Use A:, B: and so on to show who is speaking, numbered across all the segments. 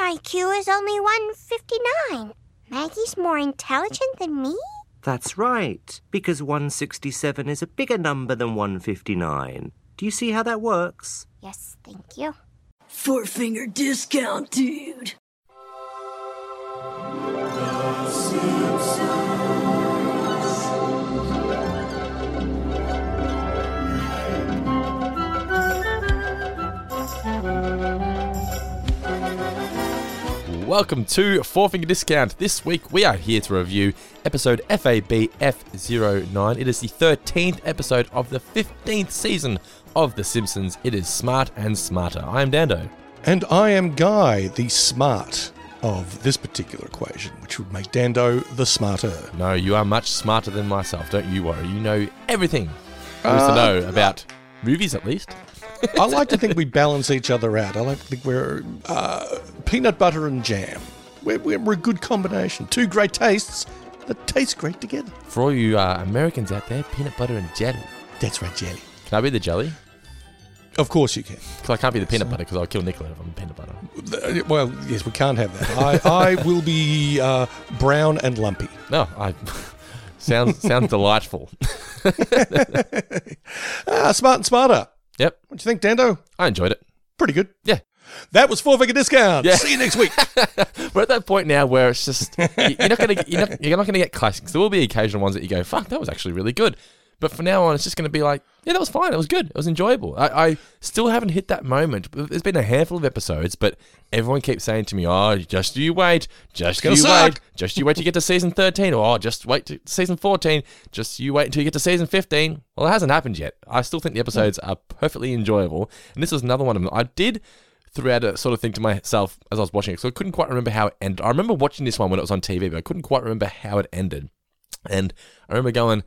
A: IQ is only 159. Maggie's more intelligent than me?
B: That's right, because 167 is a bigger number than 159. Do you see how that works?
A: Yes, thank you.
C: Four finger discount, dude.
D: Welcome to Four Finger Discount. This week we are here to review episode FABF09. It is the 13th episode of the 15th season of The Simpsons. It is Smart and Smarter. I am Dando.
E: And I am Guy, the smart of this particular equation, which would make Dando the smarter.
D: No, you are much smarter than myself, don't you worry. You know everything there is to know about movies, at least.
E: I like to think we balance each other out. I like to think we're uh, peanut butter and jam. We're, we're, we're a good combination. Two great tastes that taste great together.
D: For all you uh, Americans out there, peanut butter and jelly.
E: That's right, jelly.
D: Can I be the jelly?
E: Of course you can.
D: Because I can't be the peanut butter because I'll kill Nicola if I'm peanut butter.
E: Th- Well, yes, we can't have that. I, I will be uh, brown and lumpy.
D: No, I. sounds sounds delightful.
E: Ah, smart and smarter.
D: Yep,
E: What do you think, Dando?
D: I enjoyed it.
E: Pretty good.
D: Yeah.
E: That was four figure discount.
D: Yeah.
E: See you next week.
D: We're at that point now where it's just you- you're not gonna you're not, you're not gonna get classics. There will be occasional ones that you go, "Fuck, that was actually really good," but from now on, it's just gonna be like, "Yeah, that was fine. It was good. It was enjoyable." I, I still haven't hit that moment. There's been a handful of episodes, but everyone keeps saying to me, "Oh, just you wait, just you
E: gonna
D: wait,
E: suck."
D: just you wait to get to season 13, or oh, just wait to season 14, just you wait until you get to season 15." Well, it hasn't happened yet. I still think the episodes are perfectly enjoyable, and this was another one of them. I did threw out a sort of thing to myself as I was watching it. So I couldn't quite remember how it ended. I remember watching this one when it was on TV, but I couldn't quite remember how it ended. And I remember going,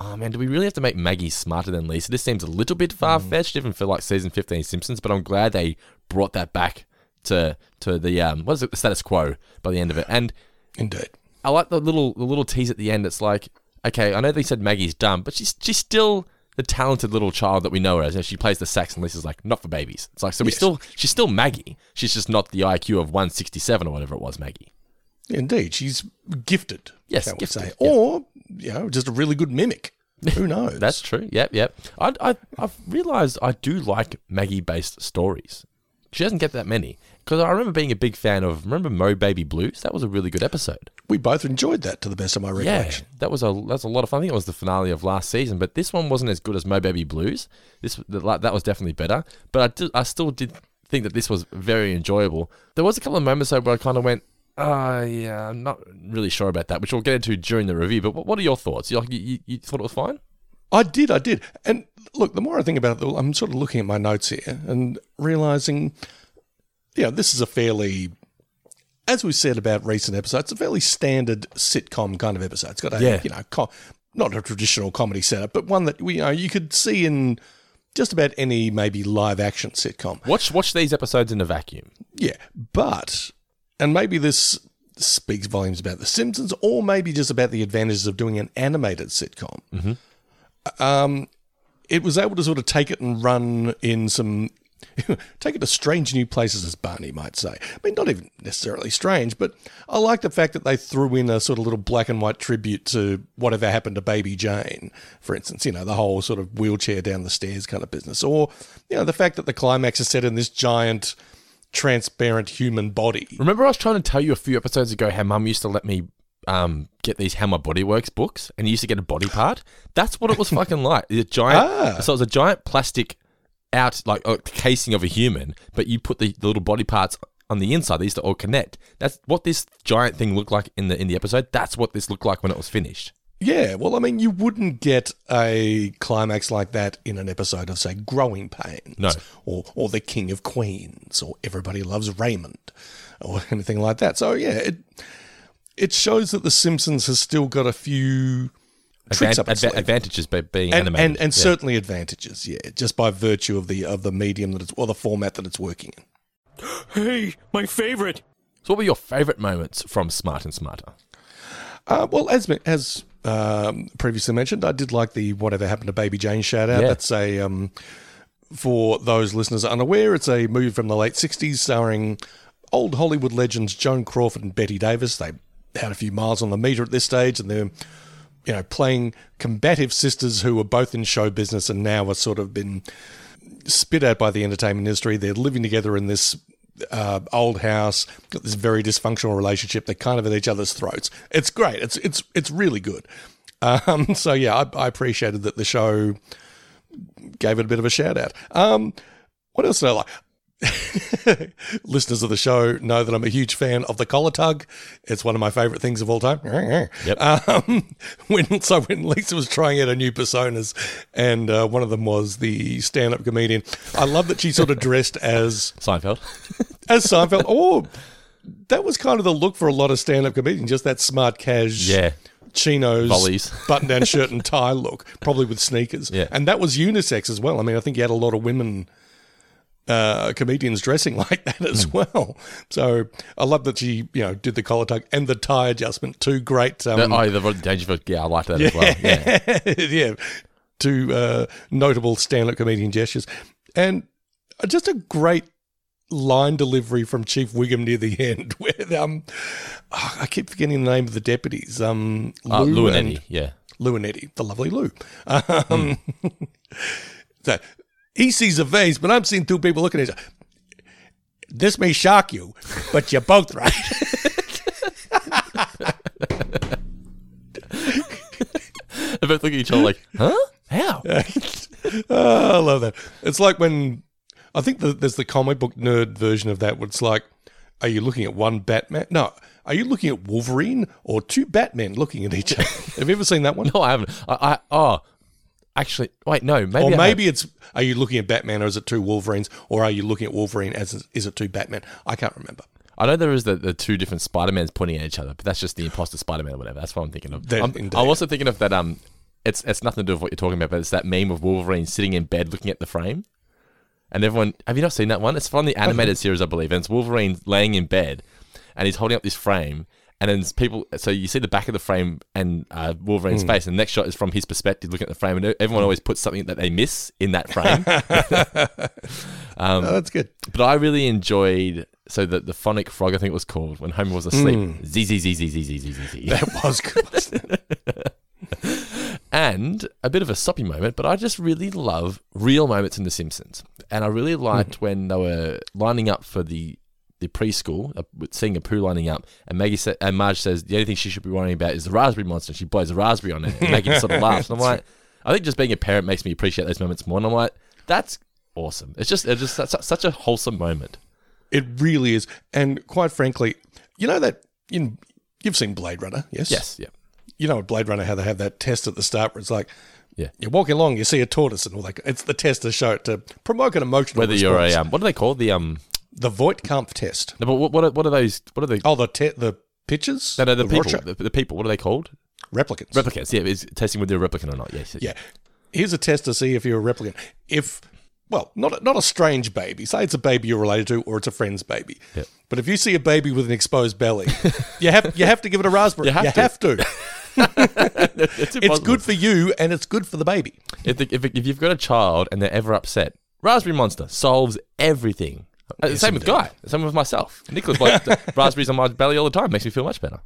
D: oh man, do we really have to make Maggie smarter than Lisa? This seems a little bit far fetched, even for like season 15 Simpsons, but I'm glad they brought that back to to the um what is it the status quo by the end of it and
E: Indeed.
D: i like the little the little tease at the end it's like okay i know they said maggie's dumb but she's she's still the talented little child that we know her as You know, she plays the sax and lisa's like not for babies it's like so we
E: Yes.
D: still she's still maggie she's just not the iq of 167 or whatever it was maggie
E: Indeed. She's gifted.
D: Yes,
E: shall we
D: gifted,
E: say.
D: yeah.
E: Or, you know, just a really good mimic. Who knows?
D: that's true yep yep I, I i've realized i do like maggie based stories she doesn't get that many because i remember being a big fan of remember mo baby blues that was a really good episode
E: we both enjoyed that to the best of my
D: Yeah,
E: recollection.
D: that was a that's a lot of fun. I think it was the finale of last season, but this one wasn't as good as Mo Baby Blues. This the, like, that was definitely better, but I did, I still did think that this was very enjoyable. There was a couple of moments though where I kind of went, "Ah, yeah, I'm not really sure about that," which we'll get into during the review. But what, what are your thoughts? You, like, you you- you thought it was fine?
E: I did, I did. And look, the more I think about it, I'm sort of looking at my notes here and realizing, yeah, this is a fairly, as we said about recent episodes, a fairly standard sitcom kind of episode. It's got a,
D: Yeah.
E: you know, co- not a traditional comedy setup, but one that, you know, you could see in just about any maybe live action sitcom.
D: Watch watch these episodes in a vacuum.
E: Yeah, but and maybe this speaks volumes about The Simpsons, or maybe just about the advantages of doing an animated sitcom. Um, it was able to sort of take it and run in some. Take it to strange new places, as Barney might say. I mean, not even necessarily strange, but I like the fact that they threw in a sort of little black and white tribute to whatever happened to Baby Jane, for instance, you know, the whole sort of wheelchair down the stairs kind of business. Or, you know, the fact that the climax is set in this giant transparent human body.
D: Remember, I was trying to tell you a few episodes ago how Mum used to let me um get these How My Body Works books, and you used to get a body part. That's what it was fucking like. It's a giant.
E: Ah.
D: So it was a giant plastic out like uh, casing of a human, but you put the, the little body parts on the inside. They used to all connect. That's what this giant thing looked like in the in the episode. That's what this looked like when it was finished.
E: Yeah, well, I mean, you wouldn't get a climax like that in an episode of, say, Growing Pains,
D: No.
E: or or The King of Queens, or Everybody Loves Raymond, or anything like that. So yeah, it it shows that The Simpsons has still got a few tricks
D: Advan-
E: up its
D: adva-
E: sleeve.
D: advantages by being
E: and,
D: animated.
E: and and
D: Yeah.
E: certainly advantages, yeah, just by virtue of the of the medium that it's or the format that it's working in.
F: Hey, my favorite.
D: so, what were your favorite moments from Smart and Smarter?
E: Uh, well, as as um, previously mentioned, I did like the "Whatever Happened to Baby Jane" shout out.
D: Yeah.
E: That's a um, for those listeners unaware, it's a movie from the late '60s starring old Hollywood legends Joan Crawford and Betty Davis. They had a few miles on the meter at this stage, and they're you know playing combative sisters who were both in show business and now are sort of been spit out by the entertainment industry. They're living together in this uh, old house, got this very dysfunctional relationship. They're kind of at each other's throats. It's great. It's it's it's really good. Um, so yeah, I, I appreciated that the show gave it a bit of a shout out. Um, what else did I like? Listeners of the show know that I'm a huge fan of the collar tug. It's one of my favorite things of all time. Um, when so when Lisa was trying out her new personas, and uh, one of them was the stand-up comedian. I love that she sort of dressed as
D: Seinfeld.
E: as Seinfeld. Oh, that was kind of the look for a lot of stand-up comedians, just that smart cash.
D: Yeah.
E: Chinos,
D: Volleys.
E: button-down shirt and tie look, probably with sneakers.
D: Yeah.
E: And that was unisex as well. I mean, I think you had a lot of women uh, comedians dressing like that as
D: Hmm.
E: well. So I love that she, you know, did the collar tuck and the tie adjustment. Two great, um,
D: oh, the Rodney Dangerfield. Yeah, I like that as well. Yeah.
E: yeah, two uh, notable stand-up comedian gestures, and just a great line delivery from Chief Wiggum near the end, where um, oh, I keep forgetting the name of the deputies, um,
D: Uh, Lou and
E: and-
D: Eddie. Hmm. Yeah.
E: Lou and Eddie, the lovely Lou. Um, so he sees a vase, but I'm seeing two people looking at each other. This may shock you, but you're both right.
D: They both look at each other like, huh? How?
E: Oh, I love that. It's like when I think the, there's the comic book nerd version of that. Where it's like, are you looking at one Batman? No, are you looking at Wolverine or two Batmen looking at each other? Have you ever seen that one?
D: No, I haven't. I, I oh, actually, wait, no, maybe.
E: Or
D: I have.
E: maybe it's are you looking at Batman or is it two Wolverines or are you looking at Wolverine as is it two Batman? I can't remember.
D: I know there is the, the two different Spider Mans pointing at each other, but that's just the imposter Spider Man or whatever. That's what I'm thinking of.
E: That-
D: I'm,
E: indeed.
D: I'm also thinking of that. Um, it's it's nothing to do with what you're talking about, but it's that meme of Wolverine sitting in bed looking at the frame. And everyone, have you not seen that one? It's from the animated series, I believe. And it's Wolverine laying in bed, and he's holding up this frame. And then people, so you see the back of the frame and uh, Wolverine's
E: Hmm.
D: face, and the next shot is from his perspective looking at the frame. And everyone always puts something that they miss in that frame.
E: Oh, that's good.
D: But I really enjoyed so the the phonic frog I think it was called when Homer was asleep. Z z z z z z z z z.
E: That was good. wasn't it?
D: And a bit of a soppy moment, but I just really love real moments in The Simpsons. And I really liked when they were lining up for the the preschool, uh, with- seeing a poo lining up, and Maggie sa- and Marge says the only thing she should be worrying about is the raspberry monster. She blows a raspberry on it, and Maggie sort of laughs. And I'm like, I think just being a parent makes me appreciate those moments more. And I'm like, that's awesome. It's just it's just such, such a wholesome moment.
E: It really is. And quite frankly, you know that in you've seen Blade Runner, yes?
D: Yes, yeah.
E: You know Blade Runner how they have that test at the start where it's like
D: Yeah.
E: you're walking along, you see a tortoise and all that. It's the test to show it to promote an emotional
D: Whether you're a
E: response.
D: um, what do they call the um
E: the Voigtkampf test.
D: No, but what what are, what are those? What are the
E: Oh, the te- the pictures?
D: no, no, the, people,
E: Rorschach-
D: the, the people. What are they called?
E: replicants.
D: Replicants. Yeah, is testing whether they're a replicant or not. Yes. yes.
E: Yeah. Here's a test to see if you're a replicant. If, well, not a, not a strange baby. Say it's a baby you're related to, or it's a friend's baby. But if you see a baby with an exposed belly, you have you have to give it a raspberry.
D: You have to. it's,
E: It's
D: impossible.
E: good for you, and it's good for the baby.
D: if, the, if, if you've got a child and they're ever upset. Raspberry Monster solves everything. Uh, same with Guy. Same with myself. Nicholas, like the raspberries on my belly all the time makes me feel much better.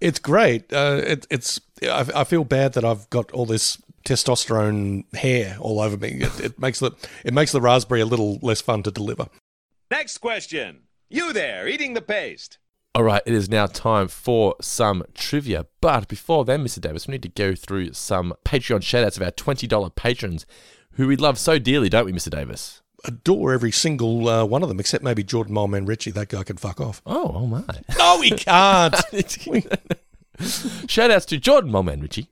E: It's great. Uh, it, it's I, I feel bad that I've got all this testosterone hair all over me. It, it makes the it makes the raspberry a little less fun to deliver.
G: Next question. You there, eating the paste.
D: All right, it is now time for some trivia. But before then, Mr. Davis, we need to go through some Patreon shoutouts of our $20 patrons who we love so dearly, don't we, Mr. Davis?
E: Adore every single uh, one of them, except maybe Jordan Mileman Ritchie. That guy can fuck off.
D: Oh, oh my.
E: No, he can't.
D: Shout outs to Jordan Mulman Ritchie,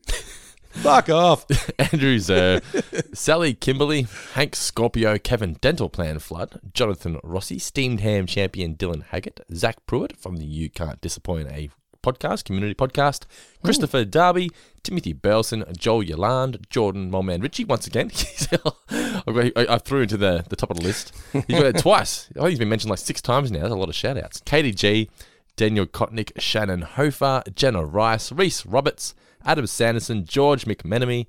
E: fuck off.
D: Andrew Zer, Sally Kimberly, Hank Scorpio, Kevin Dental Plan Flood, Jonathan Rossi, Steamed Ham Champion Dylan Haggett, Zach Pruitt from the You Can't Disappoint a podcast, community podcast, Christopher Darby, Timothy Burleson, Joel Yolande, Jordan Mulman Ritchie, once again. he's- I, I- I threw into the, the top of the list. He got it twice. I think he's been mentioned like six times now. That's a lot of shout outs. Katie G, Daniel Kotnick, Shannon Hofer, Jenna Rice, Reese Roberts, Adam Sanderson, George McMenemy,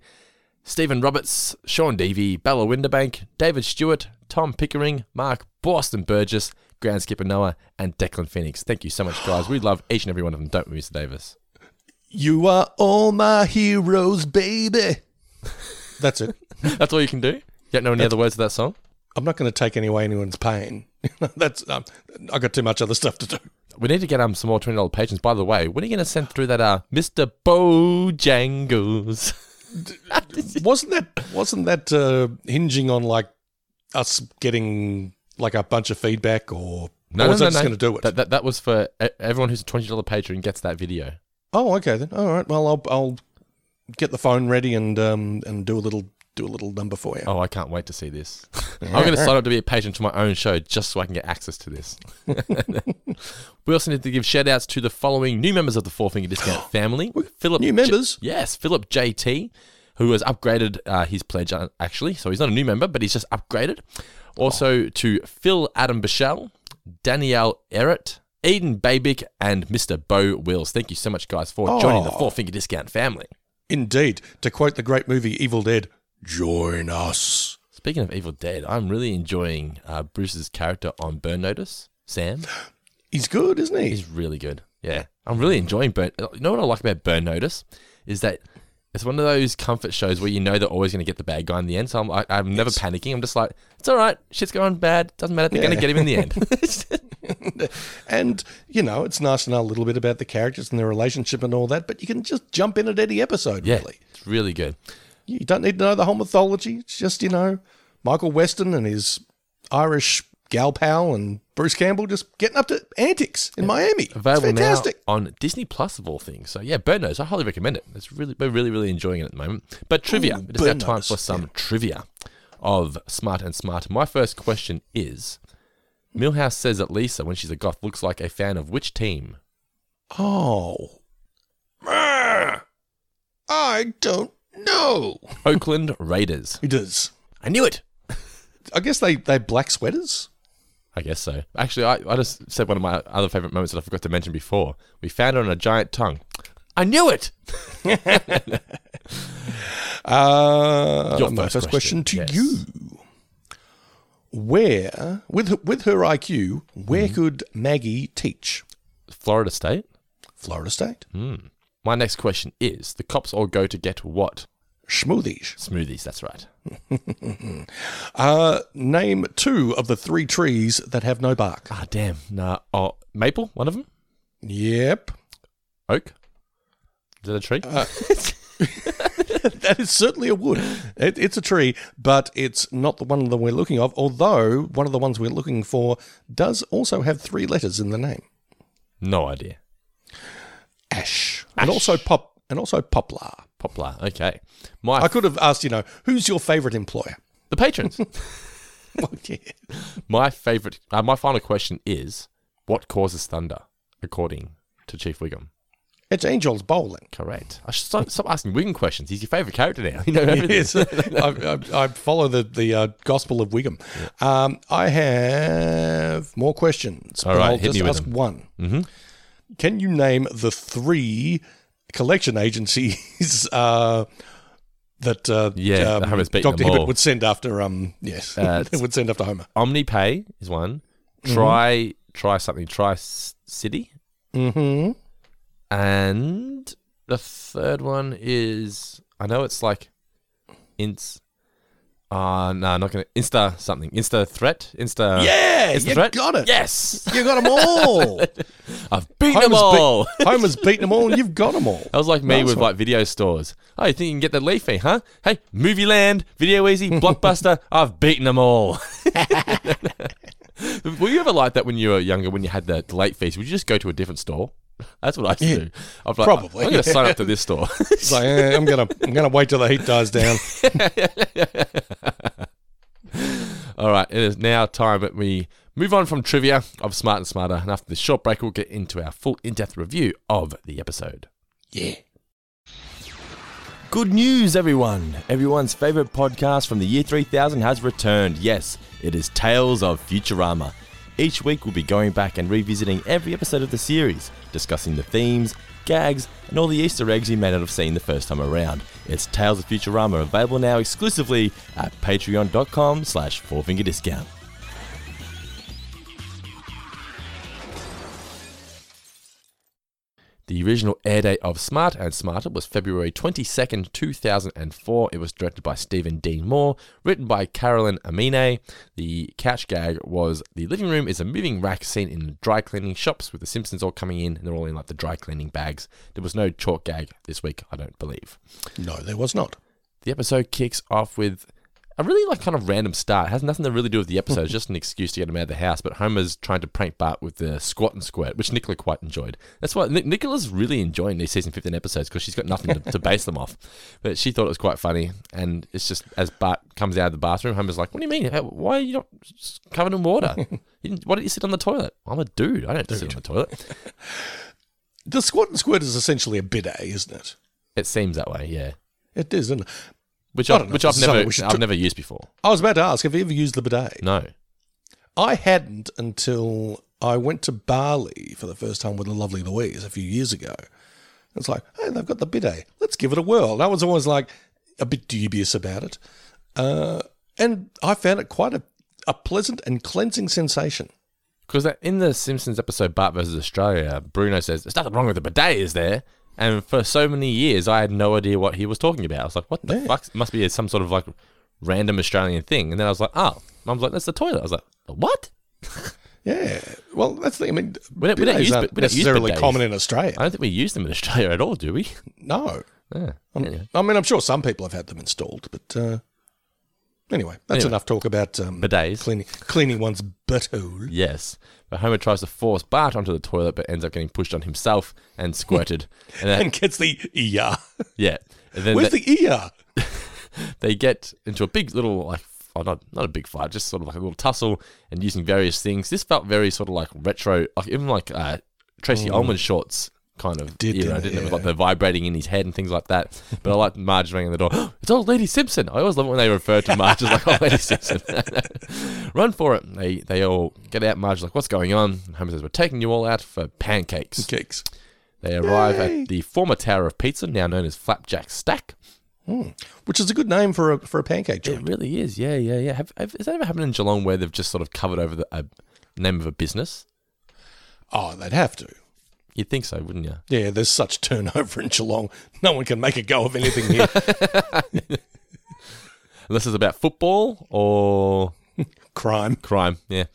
D: Stephen Roberts, Sean Devey, Bella Winderbank, David Stewart, Tom Pickering, Mark Boston Burgess, Grand Skipper Noah, and Declan Phoenix. Thank you so much, guys. We love each and every one of them, don't we, Mr. Davis?
E: You are all my heroes, baby. That's it.
D: That's all you can do? You don't know any other words of that song?
E: I'm not going to take any away anyone's pain. That's um, I got too much other stuff to do.
D: We need to get um some more twenty dollars patrons. By the way, when are you going to send through that uh Mr. Bojangles?
E: Wasn't that wasn't that uh, hinging on like us getting like a bunch of feedback or or was I just going to do it?
D: That, that that was for e- everyone who's a twenty dollar patron gets that video.
E: oh, okay then. All right. Well, I'll I'll get the phone ready and um and do a little do a little number for you.
D: Oh, I can't wait to see this. I'm going to sign up to be a patron to my own show just so I can get access to this. we also need to give shout outs to the following new members of the Four Finger Discount family. Philip
E: new
D: J-
E: members?
D: yes, Philip JT, who has upgraded uh, his pledge, uh, actually. So he's not a new member, but he's just upgraded. Also
E: Oh.
D: to Phil Adam Bichelle, Danielle Errett, Eden Babick, and Mr. Bo Wills. Thank you so much, guys, for joining the
E: Oh.
D: Four Finger Discount family.
E: Indeed, to quote the great movie Evil Dead, join us.
D: Speaking of Evil Dead, I'm really enjoying uh, Bruce's character on Burn Notice. Sam
E: He's good, isn't he?
D: is really good. Yeah, I'm really enjoying Burn. You know what I like about Burn Notice is that it's one of those comfort shows where you know they're always going to get the bad guy in the end. So I'm like, I'm never panicking. I'm just like, it's all right. Shit's going bad. Doesn't matter. They're going to
E: Yeah.
D: get him in the end.
E: And, you know, it's nice to know a little bit about the characters and their relationship and all that, but you can just jump in at any episode,
D: yeah,
E: really.
D: it's really good.
E: You don't need to know the whole mythology. It's just, you know, Michael Weston and his Irish gal pal and Bruce Campbell just getting up to antics in Miami. It's
D: Available
E: fantastic.
D: now on Disney Plus of all things. So yeah, Burn Notice. I highly recommend it. It's really we're really really enjoying it at the moment. But trivia.
E: Ooh,
D: it is now
E: Burn
D: time
E: Notice,
D: for some trivia of Smart and Smart. My first question is: Millhouse says that Lisa, when she's a goth, looks like a fan of which team?
E: Oh. Brr. I don't know.
D: Oakland Raiders.
E: He does.
D: I knew it.
E: I guess they, they black sweaters.
D: I guess so. Actually, I, I just said one of my other favorite moments that I forgot to mention before. We found it on a giant tongue. I knew it.
E: Uh,
D: Your
E: my
D: first
E: first
D: question,
E: question,
D: yes.
E: to you. Where, with her, with her IQ, where
D: Mm-hmm.
E: could Maggie teach?
D: Florida State.
E: Florida State?
D: Mm-hmm. My next question is: The cops all go to get what?
E: Smoothies.
D: Smoothies. That's right.
E: Uh, name two of the three trees that have no bark.
D: Ah, damn. Nah. Oh, maple, one of them.
E: Yep.
D: Oak. Is that a tree?
E: That is certainly a wood. It, it's a tree, but it's not the one that we're looking of, although one of the ones we're looking for does also have three letters in the name.
D: no idea.
E: Ash. And also pop and also poplar.
D: Poplar. Okay. My
E: I could have asked, you know, who's your favorite employer?
D: the patrons.
E: Well, yeah.
D: my favorite. Uh, my final question is: What causes thunder? According to Chief Wiggum.
E: It's Angel's bowling.
D: Correct. I should stop, stop asking Wiggum questions. He's your favorite character now. You know everything.
E: I, I, I follow the the uh, Gospel of Wiggum. Um, I have more questions.
D: All
E: but
D: right,
E: I'll
D: hit
E: just
D: me with
E: ask
D: them. Mm-hmm.
E: one. Can you name the three collection agencies uh, that uh,
D: Yeah,
E: um,
D: Homer's beaten
E: Doctor
D: them
E: Hibbert
D: all.
E: would send after? Um, yes,
D: Uh, it's-
E: would send after Homer.
D: OmniPay is one. Try try something. Try s- city.
E: Mm-hmm.
D: And the third one is I know it's like ins uh no, not gonna insta something. Insta threat. Insta
E: Yeah,
D: Insta
E: you
D: threat.
E: got it.
D: Yes.
E: You got them all.
D: I've beaten them
E: Homer's,
D: all.
E: beat- Homer's beaten them all, and you've got them all.
D: that was like me
E: Nice
D: with
E: one.
D: like video stores. Oh, you think you can get the leafy, huh? Hey, Movie Land, Video Easy, Blockbuster. I've beaten them all. were you ever like that when you were younger? When you had the late fees, would you just go to a different store? That's what I used to do. I'm like,
E: Probably,
D: I'm going to
E: yeah.
D: sign up to this store.
E: It's like, eh, I'm gonna, I'm gonna wait till the heat dies down.
D: All right, it is now time that we move on from trivia of Smart and Smarter. And after this short break, we'll get into our full in depth review of the episode.
E: Yeah.
H: Good news, everyone! Everyone's favourite podcast from the year 3000 has returned. Yes, it is Tales of Futurama. Each week, we'll be going back and revisiting every episode of the series, discussing the themes, gags, and all the Easter eggs you may not have seen the first time around. It's Tales of Futurama, available now exclusively at patreon.com slash fourfingerdiscount.
D: The original air date of Smart and Smarter was February 22nd, 2004. It was directed by Stephen Dean Moore, written by Carolyn Amine. The couch gag was the living room is a moving rack scene in the dry cleaning shops with the Simpsons all coming in and they're all in like the dry cleaning bags. There was no chalk gag this week, I don't believe.
E: No, there was not.
D: The episode kicks off with a really like kind of random start. It has nothing to really do with the episode. it's just an excuse to get him out of the house. But Homer's trying to prank Bart with the squat and squirt, which Nicola quite enjoyed. That's why Nic- Nicola's really enjoying these season 15 episodes because she's got nothing to, to base them off. But she thought it was quite funny. And it's just as Bart comes out of the bathroom, Homer's like, What do you mean? How- Why are you not s- covered in water? You didn't- Why didn't you sit on the toilet? I'm a dude. I don't sit on the toilet.
E: The squat and squirt is essentially a bidet, isn't it?
D: It seems that way, yeah.
E: It is, isn't it?
D: Which,
E: I
D: I
E: don't know.
D: which I've
E: Something
D: never
E: we should
D: I've
E: tr-
D: never used before.
E: I was about to ask, have you ever used the bidet?
D: No.
E: I hadn't until I went to Bali for the first time with the lovely Louise a few years ago. It's like, hey, they've got the bidet. Let's give it a whirl. And I was always like a bit dubious about it. Uh, and I found it quite a, a pleasant and cleansing sensation.
D: Because in the Simpsons episode Bart versus Australia, Bruno says, There's nothing wrong with the bidet, is there? And for so many years, I had no idea what he was talking about. I was like, What the fuck? must be some sort of like random Australian thing. And then I was like, Oh, mum's like, That's the toilet. I was like, What?
E: Yeah. Well, that's the thing. I mean,
D: We don't- we don't
E: bidets
D: use
E: aren't
D: bi- we don't use
E: necessarily
D: bidets.
E: common in Australia.
D: I don't think we use them in Australia at all, do we?
E: no.
D: Yeah.
E: I'm- I mean, I'm sure some people have had them installed, but uh, anyway, that's
D: Anyway.
E: enough talk about um,
D: Bidets.
E: cleaning, cleaning one's butthole.
D: Yes. But Homer tries to force Bart onto the toilet, but ends up getting pushed on himself and squirted. and then,
E: And gets the ER.
D: yeah. And then
E: Where's
D: the-
E: the ER?
D: they get into a big little like oh, not not a big fight, just sort of like a little tussle and using various things. This felt very sort of like retro, like even like uh, Tracy Ullman shorts kind of
E: did,
D: era,
E: didn't it?
D: didn't it? With like the vibrating in his head and things like that. But I like Marge ringing the door. "Oh, it's old Lady Simpson. I always love it when they refer to Marge as like old Lady Simpson. Run for it. They they all get out. Marge's like, what's going on? Homer says, we're taking you all out for pancakes.
E: Kicks.
D: They arrive at the former Tower of Pizza, now known as Flapjack Stack.
E: Which is a good name for a for a pancake joint.
D: It really is. Yeah, yeah, yeah. Have, have, has that ever happened in Geelong where they've just sort of covered over the uh, name of a business?
E: Oh, they'd have to.
D: You'd think so, wouldn't you?
E: Yeah, there's such turnover in Geelong. No one can make a go of anything here.
D: Unless it's about football or
E: Crime.
D: crime. Yeah.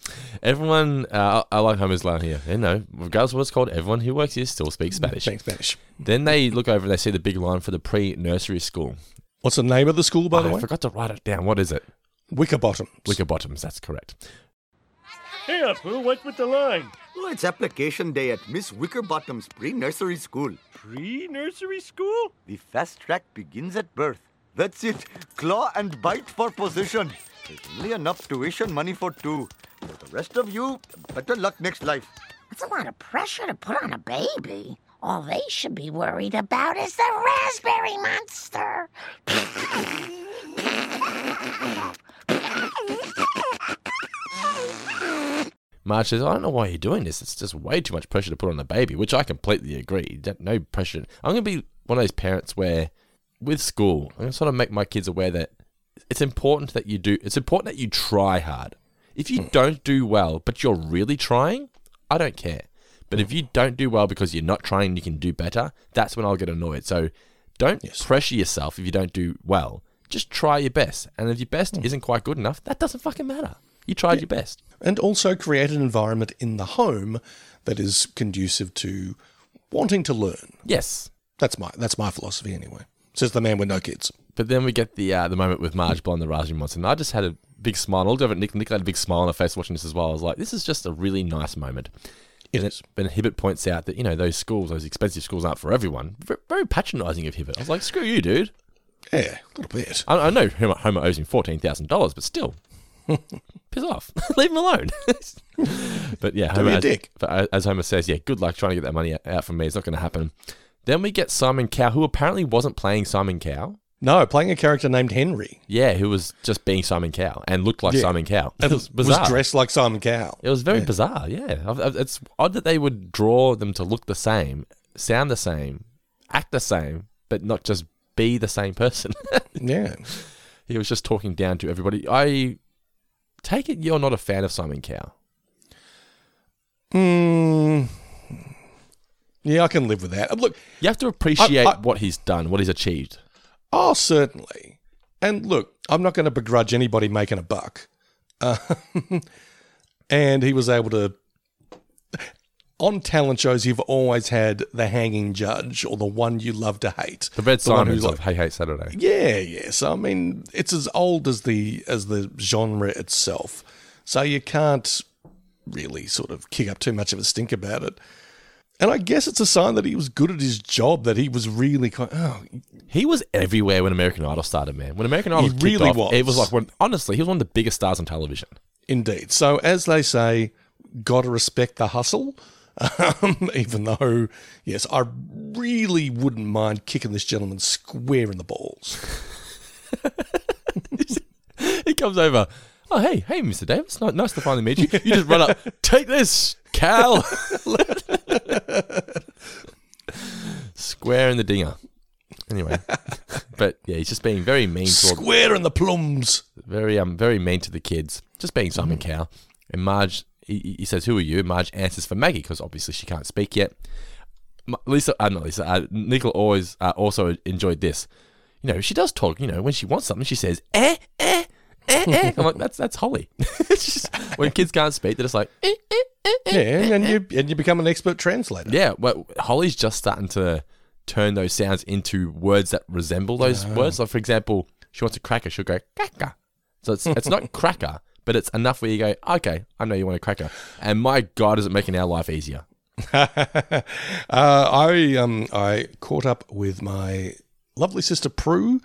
D: Everyone, uh, I I like Homer's line here. You know, regardless of what it's called, everyone who works here still speaks Spanish.
E: Thanks, Spanish.
D: Then they look over and they see the big line for the pre nursery school. Oh,
E: What's the name of the school, by the
D: I
E: way?
D: forgot to write it down. What is it?
E: Wickerbottom.
D: Wicker Bottoms. That's correct.
F: Hey, Apu, what's with the line?
I: Oh, it's application day at Miss Wickerbottom's pre nursery school.
F: Pre nursery school?
I: The fast track begins at birth. That's it. Claw and bite for position. There's only enough tuition money for two. For the rest of you, better luck next life.
A: That's a lot of pressure to put on a baby. All they should be worried about is the raspberry monster.
D: Marge says, I don't know why you're doing this. It's just way too much pressure to put on a baby, which I completely agree. That- No pressure. I'm going to be one of those parents where, with school, I'm going to sort of make my kids aware that it's important that you do, it's important that you try hard. If you don't do well, but you're really trying, I don't care. But if you don't do well because you're not trying, you can do better, that's when I'll get annoyed. So don't pressure yourself if you don't do well. Just try your best. And if your best isn't quite good enough, that doesn't fucking matter. You tried your best.
E: And also create an environment in the home that is conducive to wanting to learn.
D: Yes.
E: That's my that's my philosophy anyway. Says the man with no kids.
D: But then we get the uh, the moment with Marge blowing the raspberry monster, and I just had a big smile. I'll give it. Nick, Nick had a big smile on her face watching this as well. I was like, this is just a really nice moment.
E: It
D: and
E: is.
D: Then Hibbert points out that you know those schools, those expensive schools, aren't for everyone. Very, very patronising of Hibbert. I was like, screw you, dude.
E: Yeah, a little bit.
D: I, I know Homer, Homer owes him fourteen thousand dollars, but still, piss off, leave him alone. but yeah, Homer,
E: be a
D: as-
E: dick.
D: But a- as Homer says, yeah, good luck trying to get that money out from me. It's not going to happen. Then we get Simon Cow, who apparently wasn't playing Simon Cow.
E: No, playing a character named Henry.
D: Yeah, who was just being Simon Cow and looked like
E: Yeah.
D: Simon Cow. It
E: And
D: was bizarre.
E: Was dressed like Simon Cowell.
D: it was very bizarre. Yeah, I've- I've- it's odd that they would draw them to look the same, sound the same, act the same, but not just be the same person.
E: Yeah.
D: he was just talking down to everybody. I take it you're not a fan of Simon Cow.
E: Mm, Yeah, I can live with that. Uh, Look,
D: You have to appreciate
E: I- I-
D: what he's done, what he's achieved.
E: oh, certainly. And look, I'm not going to begrudge anybody making a buck. Uh, and he was able to. On talent shows, you've always had the hanging judge or the one you love to hate.
D: The Red
E: one
D: Simons
E: who's
D: of Hey Hey Saturday.
E: Yeah, yeah. So I mean, it's as old as the as the genre itself. So you can't really sort of kick up too much of a stink about it. And I guess it's a sign that he was good at his job. That he was really kind. Oh,
D: He was everywhere when American Idol started, man. When American Idol kicked
E: really
D: off,
E: was.
D: it was like one, honestly, he was one of the biggest stars on television.
E: indeed. So as they say, gotta respect the hustle. Um, even though, yes, I really wouldn't mind kicking this gentleman square in the balls.
D: He comes over. Oh hey, hey, Mr. Davis, ni- nice to finally meet you. You just run up, take this, Cal. Square in the dinger. Anyway, but yeah, he's just being very mean to
E: Square in the plums.
D: very um very mean to the kids, just being Simon Cow. And Marge, he, he says, "Who are you?" Marge answers for Maggie because obviously she can't speak yet. M- Lisa, uh, not Lisa. Uh, Nicole always uh, also enjoyed this. You know, she does talk. You know, when she wants something, she says, "Eh, eh." Eh, eh. I'm like that's that's Holly. It's just- when kids can't speak, they're just like, eh, eh, eh, eh.
E: Yeah, and you and you become an expert translator.
D: yeah. Well, Holly's just starting to turn those sounds into words that resemble those words. Like for example, she wants a cracker, she'll go cracker. So it's it's not cracker, but it's enough where you go, okay, I know you want a cracker, and my god, is it making our life easier?
E: uh, I um I caught up with my lovely sister Prue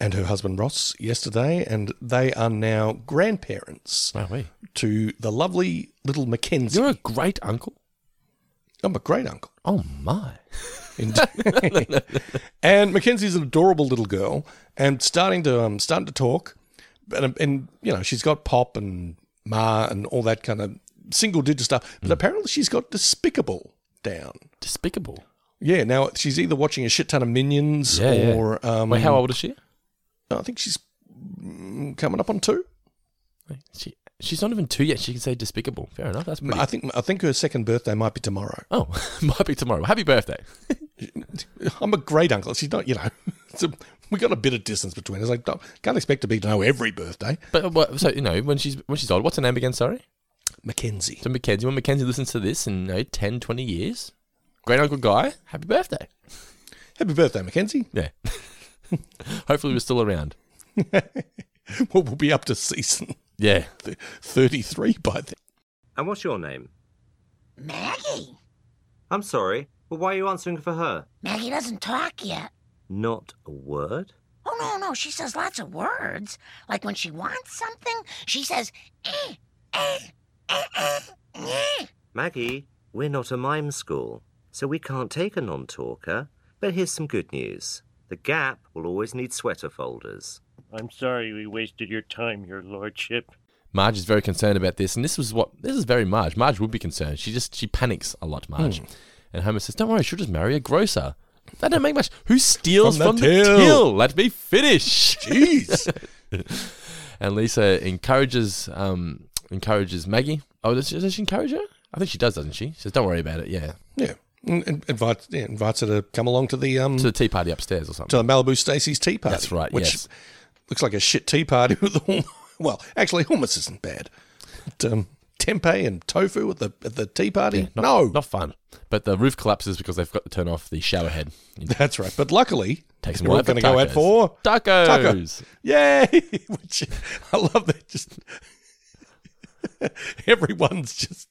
E: and her husband Ross yesterday, and they are now grandparents
D: Wow, we.
E: to the lovely little Mackenzie.
D: You're a great uncle.
E: I'm a great uncle.
D: Oh my!
E: Indeed. and Mackenzie's an adorable little girl, and starting to um, starting to talk, and, um, and you know she's got pop and ma and all that kind of single digit stuff, but apparently she's got despicable down.
D: Despicable.
E: Yeah, now she's either watching a shit ton of Minions
D: Yeah, yeah.
E: or um,
D: Wait, how old is she?
E: I think she's mm, coming up on two.
D: She she's not even two yet. She can say despicable. Fair enough. That's pretty.
E: I think I think her second birthday might be tomorrow.
D: oh, might be tomorrow. Happy birthday.
E: I'm a great uncle. She's not, you know, it's a, we got a bit of distance between us. I don't, can't expect to be to know every birthday.
D: But uh, what- so you know when she's when she's old. What's her name again? Sorry.
E: Mackenzie.
D: So Mackenzie, when Mackenzie listens to this in you know, 10, 20 years, great uncle guy, happy birthday.
E: Happy birthday, Mackenzie.
D: Yeah. Hopefully we're still around.
E: Well, we'll be up to season
D: Yeah.
E: th- 33 by then.
B: And what's your name?
A: Maggie.
B: I'm sorry, but why are you answering for her?
A: Maggie doesn't talk yet.
B: Not a word?
A: Oh, no, no. She says lots of words. Like when she wants something, she says, eh, eh, eh, eh, eh.
B: Maggie, we're not a mime school, so we can't take a non talker. But here's some good news the gap will always need sweater folders.
F: I'm sorry we wasted your time, your lordship.
D: Marge is very concerned about this, and this was what this is very Marge. Marge would be concerned. She just she panics a lot, Marge. And Homer says, Don't worry, she'll just marry a grocer. That don't make much. Who steals from,
E: From the
D: the, till?
E: till."
D: Let me finish.
E: Jeez.
D: And Lisa encourages um encourages Maggie. Oh, does she, does she encourage her? I think she does, doesn't she? She says, Don't worry about it, yeah.
E: yeah. In- in- Invites, yeah. Invites her to come along to the um
D: To the tea party upstairs or something.
E: to the Malibu Stacey's tea party.
D: That's right,
E: Which
D: yes.
E: looks like a shit tea party with all. Well, actually, hummus isn't bad. But, um, tempeh and tofu at the at the tea party.
D: Yeah, not,
E: no,
D: not fun. But the roof collapses because they've got to turn off the shower head.
E: that's right. But luckily,
D: Takes them
E: we're all
D: away for
E: going to go out
D: tacos. Tacos.
E: for Yay! Which I love that. Just everyone's just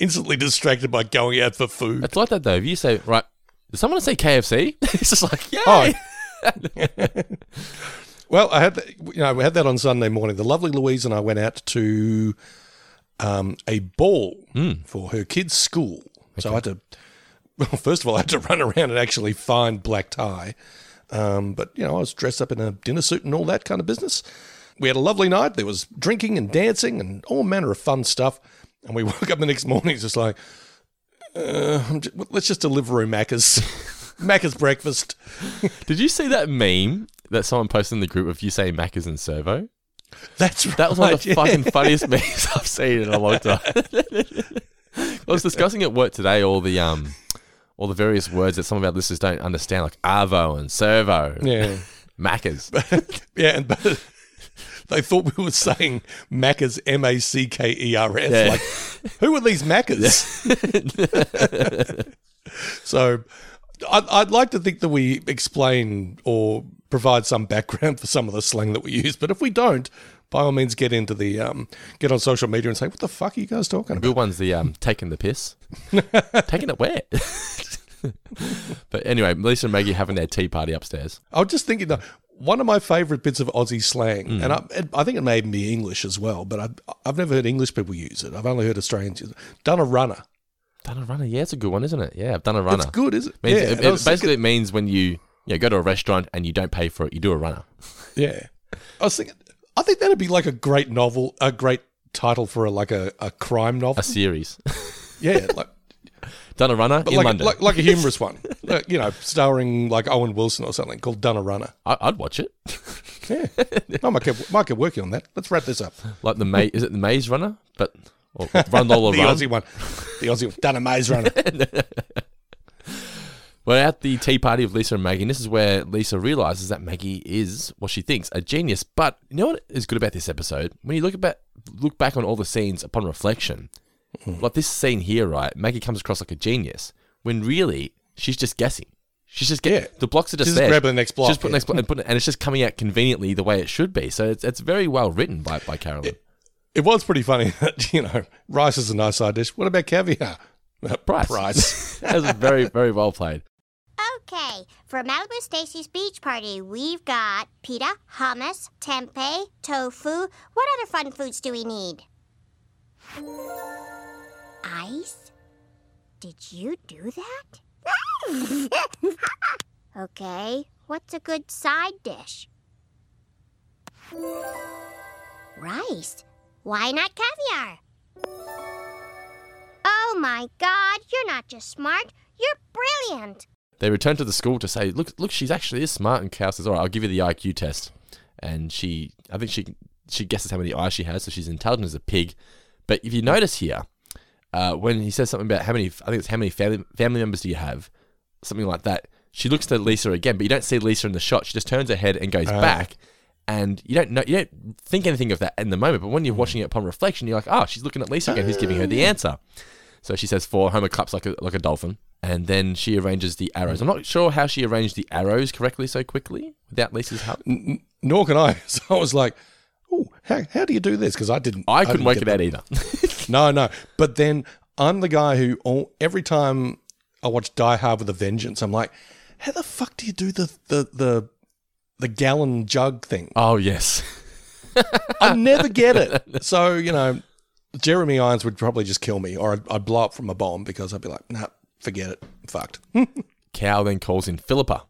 E: instantly distracted by going out for food.
D: It's like that though. If you say, right, does someone say KFC? it's just like, yeah.
E: Oh. Well, I had that, you know we had that on Sunday morning. The lovely Louise and I went out to um, a ball
D: Hmm.
E: for her kids' school. So I had to well, first of all, I had to run around and actually find black tie. Um, but you know, I was dressed up in a dinner suit and all that kind of business. We had a lovely night. There was drinking and dancing and all manner of fun stuff. And we woke up the next morning just like, uh, I'm ju- well, let's just deliver room Macca's, Macca's breakfast.
D: Did you see that meme that someone posted in the group of you saying Macca's and Servo?
E: That's right.
D: That was one of the
E: yeah.
D: fucking funniest memes I've seen in a long time. I was discussing at work today all the um all the various words that some of our listeners don't understand, like arvo and servo,
E: Yeah.
D: Maccas.
E: yeah, and but they thought we were saying Maccas, M A C K E R S.
D: Yeah.
E: Like, who are these Maccas? so I'd, I'd like to think that we explain or provide some background for some of the slang that we use. But if we don't, by all means, get into the um, get on social media and say, "What the fuck are you guys talking
D: Good
E: about?"
D: one's the um, taking the piss. taking it where? but anyway, Melissa and Maggie having their tea party upstairs.
E: I was just thinking that one of my favourite bits of Aussie slang,
D: Hmm.
E: and I, it- I think it may even be English as well, but I, I've never heard English people use it. I've only heard Australians use it. Done a runner.
D: Done a runner. Yeah, it's a good one, isn't it? Yeah, I've done a runner.
E: It's good, is it?
D: Means-
E: yeah.
D: it-
E: and I
D: it
E: was
D: basically, it means when you yeah, go to a restaurant and you don't pay for it, you do a runner.
E: thinking- yeah. I was thinking, I think that'd be like a great novel, a great title for a, like a, a crime novel.
D: A series.
E: yeah, like,
D: done a runner
E: but
D: in
E: like,
D: London.
E: like like a humorous one, like, you know, starring like Owen Wilson or something called Done a Runner.
D: I, I'd watch it.
E: Yeah, I might get, might get working on that. Let's wrap this up.
D: Like the maze. Is it the maze runner? But or run Lola
E: the
D: run.
E: Aussie one, the Aussie one, Done a Maze Runner.
D: We're at the tea party of Lisa and Maggie, and this is where Lisa realizes that Maggie is what she thinks a genius. But you know what is good about this episode? When you look about look back on all the scenes upon reflection,
E: Mm.
D: like this scene here, right? Maggie comes across like a genius when really she's just guessing. She's just getting
E: Yeah.
D: the blocks are just
E: She's just
D: there.
E: grabbing the next block,
D: She's just putting
E: yeah.
D: next block and putting, and it's just coming out conveniently the way it should be. So it's, it's very well written by by Carolyn.
E: It was pretty funny that, you know, rice is a nice side dish. What about caviar? Uh,
D: Price.
E: Price.
D: that was very very well played.
J: Okay, for Malibu Stacy's beach party, we've got pita, hummus, tempeh, tofu. What other fun foods do we need? Ice? Did you do that? okay, what's a good side dish? Rice. Why not caviar? Oh my god, you're not just smart, you're brilliant!
D: They return to the school to say, "Look, look, she's actually is smart." And Cal says, "All right, I'll give you the IQ test." And she, I think she she guesses how many eyes she has, so she's intelligent as a pig. But if you notice here, uh, when he says something about how many, I think it's how many family family members do you have, something like that. She looks to Lisa again, but you don't see Lisa in the shot. She just turns her head and goes
E: Uh.
D: back, and you don't know, you don't think anything of that in the moment. But when you're
E: Hmm.
D: watching it upon reflection, you're like, "Oh, she's looking at Lisa again. Who's giving her
E: Ah.
D: the answer?" So she says four. Homer claps like a like a dolphin, and then she arranges the arrows. I'm not sure how she arranged the arrows correctly so quickly without Lisa's help.
E: Nor can I. So I was like, oh, how, how do you do this? Because I didn't.
D: I couldn't work it
E: didn't
D: out either.
E: get- No, no. But then I'm the guy who, all, every time I watch Die Hard with a Vengeance, I'm like, how the fuck do you do the, the, the, the gallon jug thing?
D: oh yes,
E: I never get it. So, you know, Jeremy Irons would probably just kill me or I'd, I'd blow up from a bomb because I'd be like, nah, forget it. I'm fucked.
D: Cal then calls in Philippa,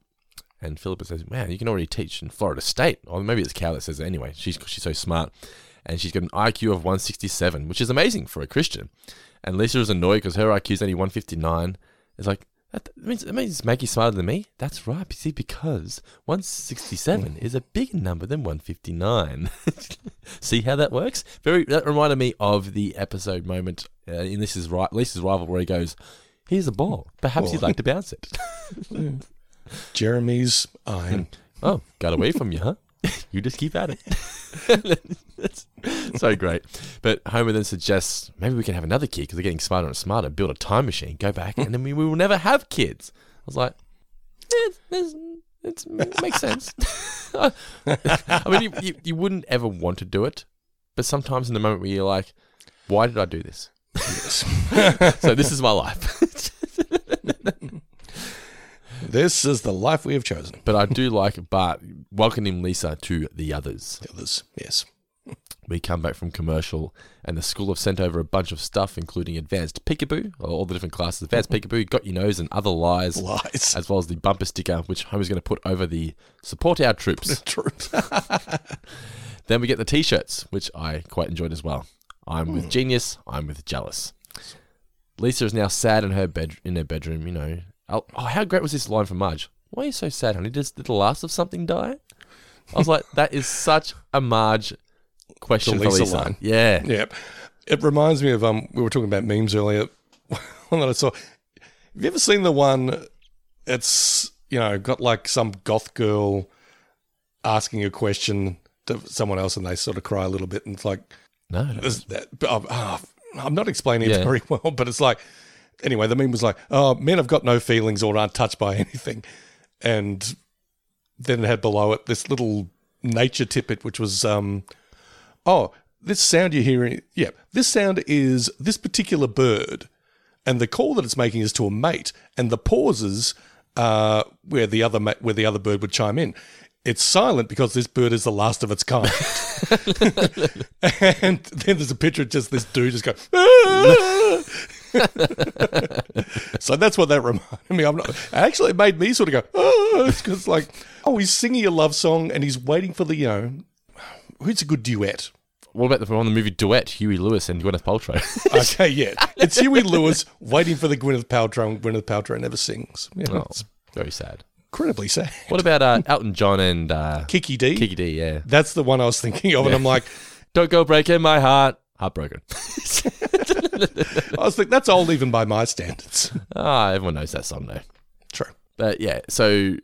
D: and Philippa says, "Man, you can already teach in Florida State." Or maybe it's Cal that says it anyway. She's she's so smart, and she's got an IQ of 167, which is amazing for a Christian. And Lisa is annoyed because her IQ is only 159. It's like. That that means, that means Maggie's smarter than me. That's right. See, because 167 is a bigger number than 159. See how that works? Very. That reminded me of the episode moment uh, in Lisa's, ri- Lisa's rival where he goes, "Here's a ball. Perhaps you'd like to bounce it."
E: Jeremy's iron.
D: Oh, got away from you, huh? You just keep at it. That's so great. But Homer then suggests maybe we can have another kid because they're getting smarter and smarter. Build a time machine, go back, and then we, we will never have kids. I was like, eh, it's, it's, it makes sense. I mean, you, you, you wouldn't ever want to do it, but sometimes in the moment where you're like, why did I do this? so this is my life.
E: This is the life we have chosen.
D: but I do like Bart welcoming Lisa to the others.
E: The others, yes.
D: We come back from commercial, and the school have sent over a bunch of stuff, including advanced peekaboo, or all the different classes. Advanced
E: Mm-hmm.
D: peekaboo, got your nose, and other lies,
E: Lies.
D: as well as the bumper sticker, which Homer's going to put over the support our troops.
E: Troops.
D: then we get the t-shirts, which I quite enjoyed as well. I'm
E: Hmm.
D: with genius. I'm with jealous. Lisa is now sad in her bed in her bedroom. You know, oh, oh, how great was this line from Marge? Why are you so sad, honey? Does, did the last of something die? I was like, that is such a Marge question
E: The
D: for
E: Lisa
D: Lisa.
E: line.
D: Yeah.
E: yep. It reminds me of um we were talking about memes earlier. One that I saw. Have you ever seen the one? It's you know got like some goth girl asking a question to someone else, and they sort of cry a little bit, and it's like
D: no,
E: this- that, oh, oh, I'm not explaining it
D: Yeah.
E: very well, but it's like anyway, the meme was like, "Oh, men have got no feelings or aren't touched by anything," and then it had below it this little nature tippet, which was, um, "Oh, this sound you're hearing, yeah, this sound is this particular bird, and the call that it's making is to a mate, and the pauses." Uh, where the other ma- where the other bird would chime in, it's silent because this bird is the last of its kind. and then there's a picture of just this dude just going. "Ah!" so that's what that reminded me. I'm not actually. It made me sort of go because like, oh, he's singing a love song and he's waiting for the you know, who's a good duet.
D: What about the from the movie Duet, Huey Lewis and Gwyneth Paltrow?
E: Okay, yeah, it's Huey Lewis waiting for the Gwyneth Paltrow. and Gwyneth Paltrow never sings. You know,
D: Oh,
E: It's
D: very sad.
E: incredibly sad.
D: What about uh, Elton John and uh,
E: Kiki D.
D: Kiki D? Yeah,
E: That's the one I was thinking of, and I'm like,
D: don't go breaking my heart. Heartbroken.
E: I was like, that's old even by my standards.
D: ah, everyone knows that song though.
E: True.
D: But yeah, so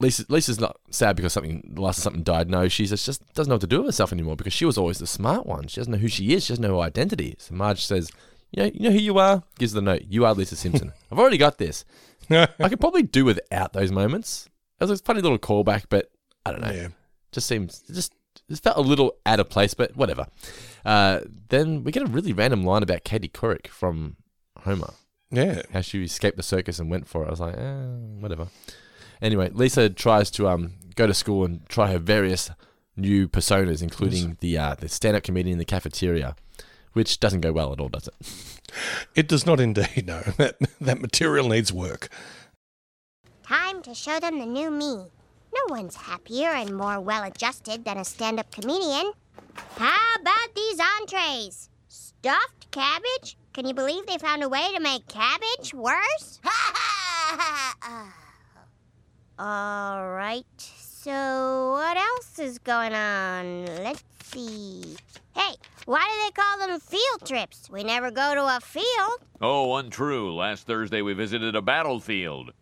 D: Lisa, Lisa's not sad because something the last of something died. No, she just just doesn't know what to do with herself anymore because she was always the smart one. She doesn't know who she is. She doesn't know her identity. So Marge says, "You know, you know who you are." Gives her the note. You are Lisa Simpson. I've already got this. I could probably do without those moments. It was a funny little callback, but I don't know.
E: Yeah.
D: Just seems it just it felt a little out of place, but whatever. Uh, then we get a really random line about Katie Couric from Homer
E: Yeah.
D: how she escaped the circus and went for it. I was like, eh, whatever. Anyway, Lisa tries to um go to school and try her various new personas, including the uh, the stand up comedian in the cafeteria, which doesn't go well at all, does it?
E: It does not indeed, no. That, that material needs work.
J: Time to show them the new me. No one's happier and more well adjusted than a stand up comedian. How about these entrees? Stuffed cabbage? Can you believe they found a way to make cabbage worse? All right, so what else is going on? Let's see. Hey, why do they call them field trips? We never go to a field.
G: Oh, untrue. Last Thursday we visited a battlefield.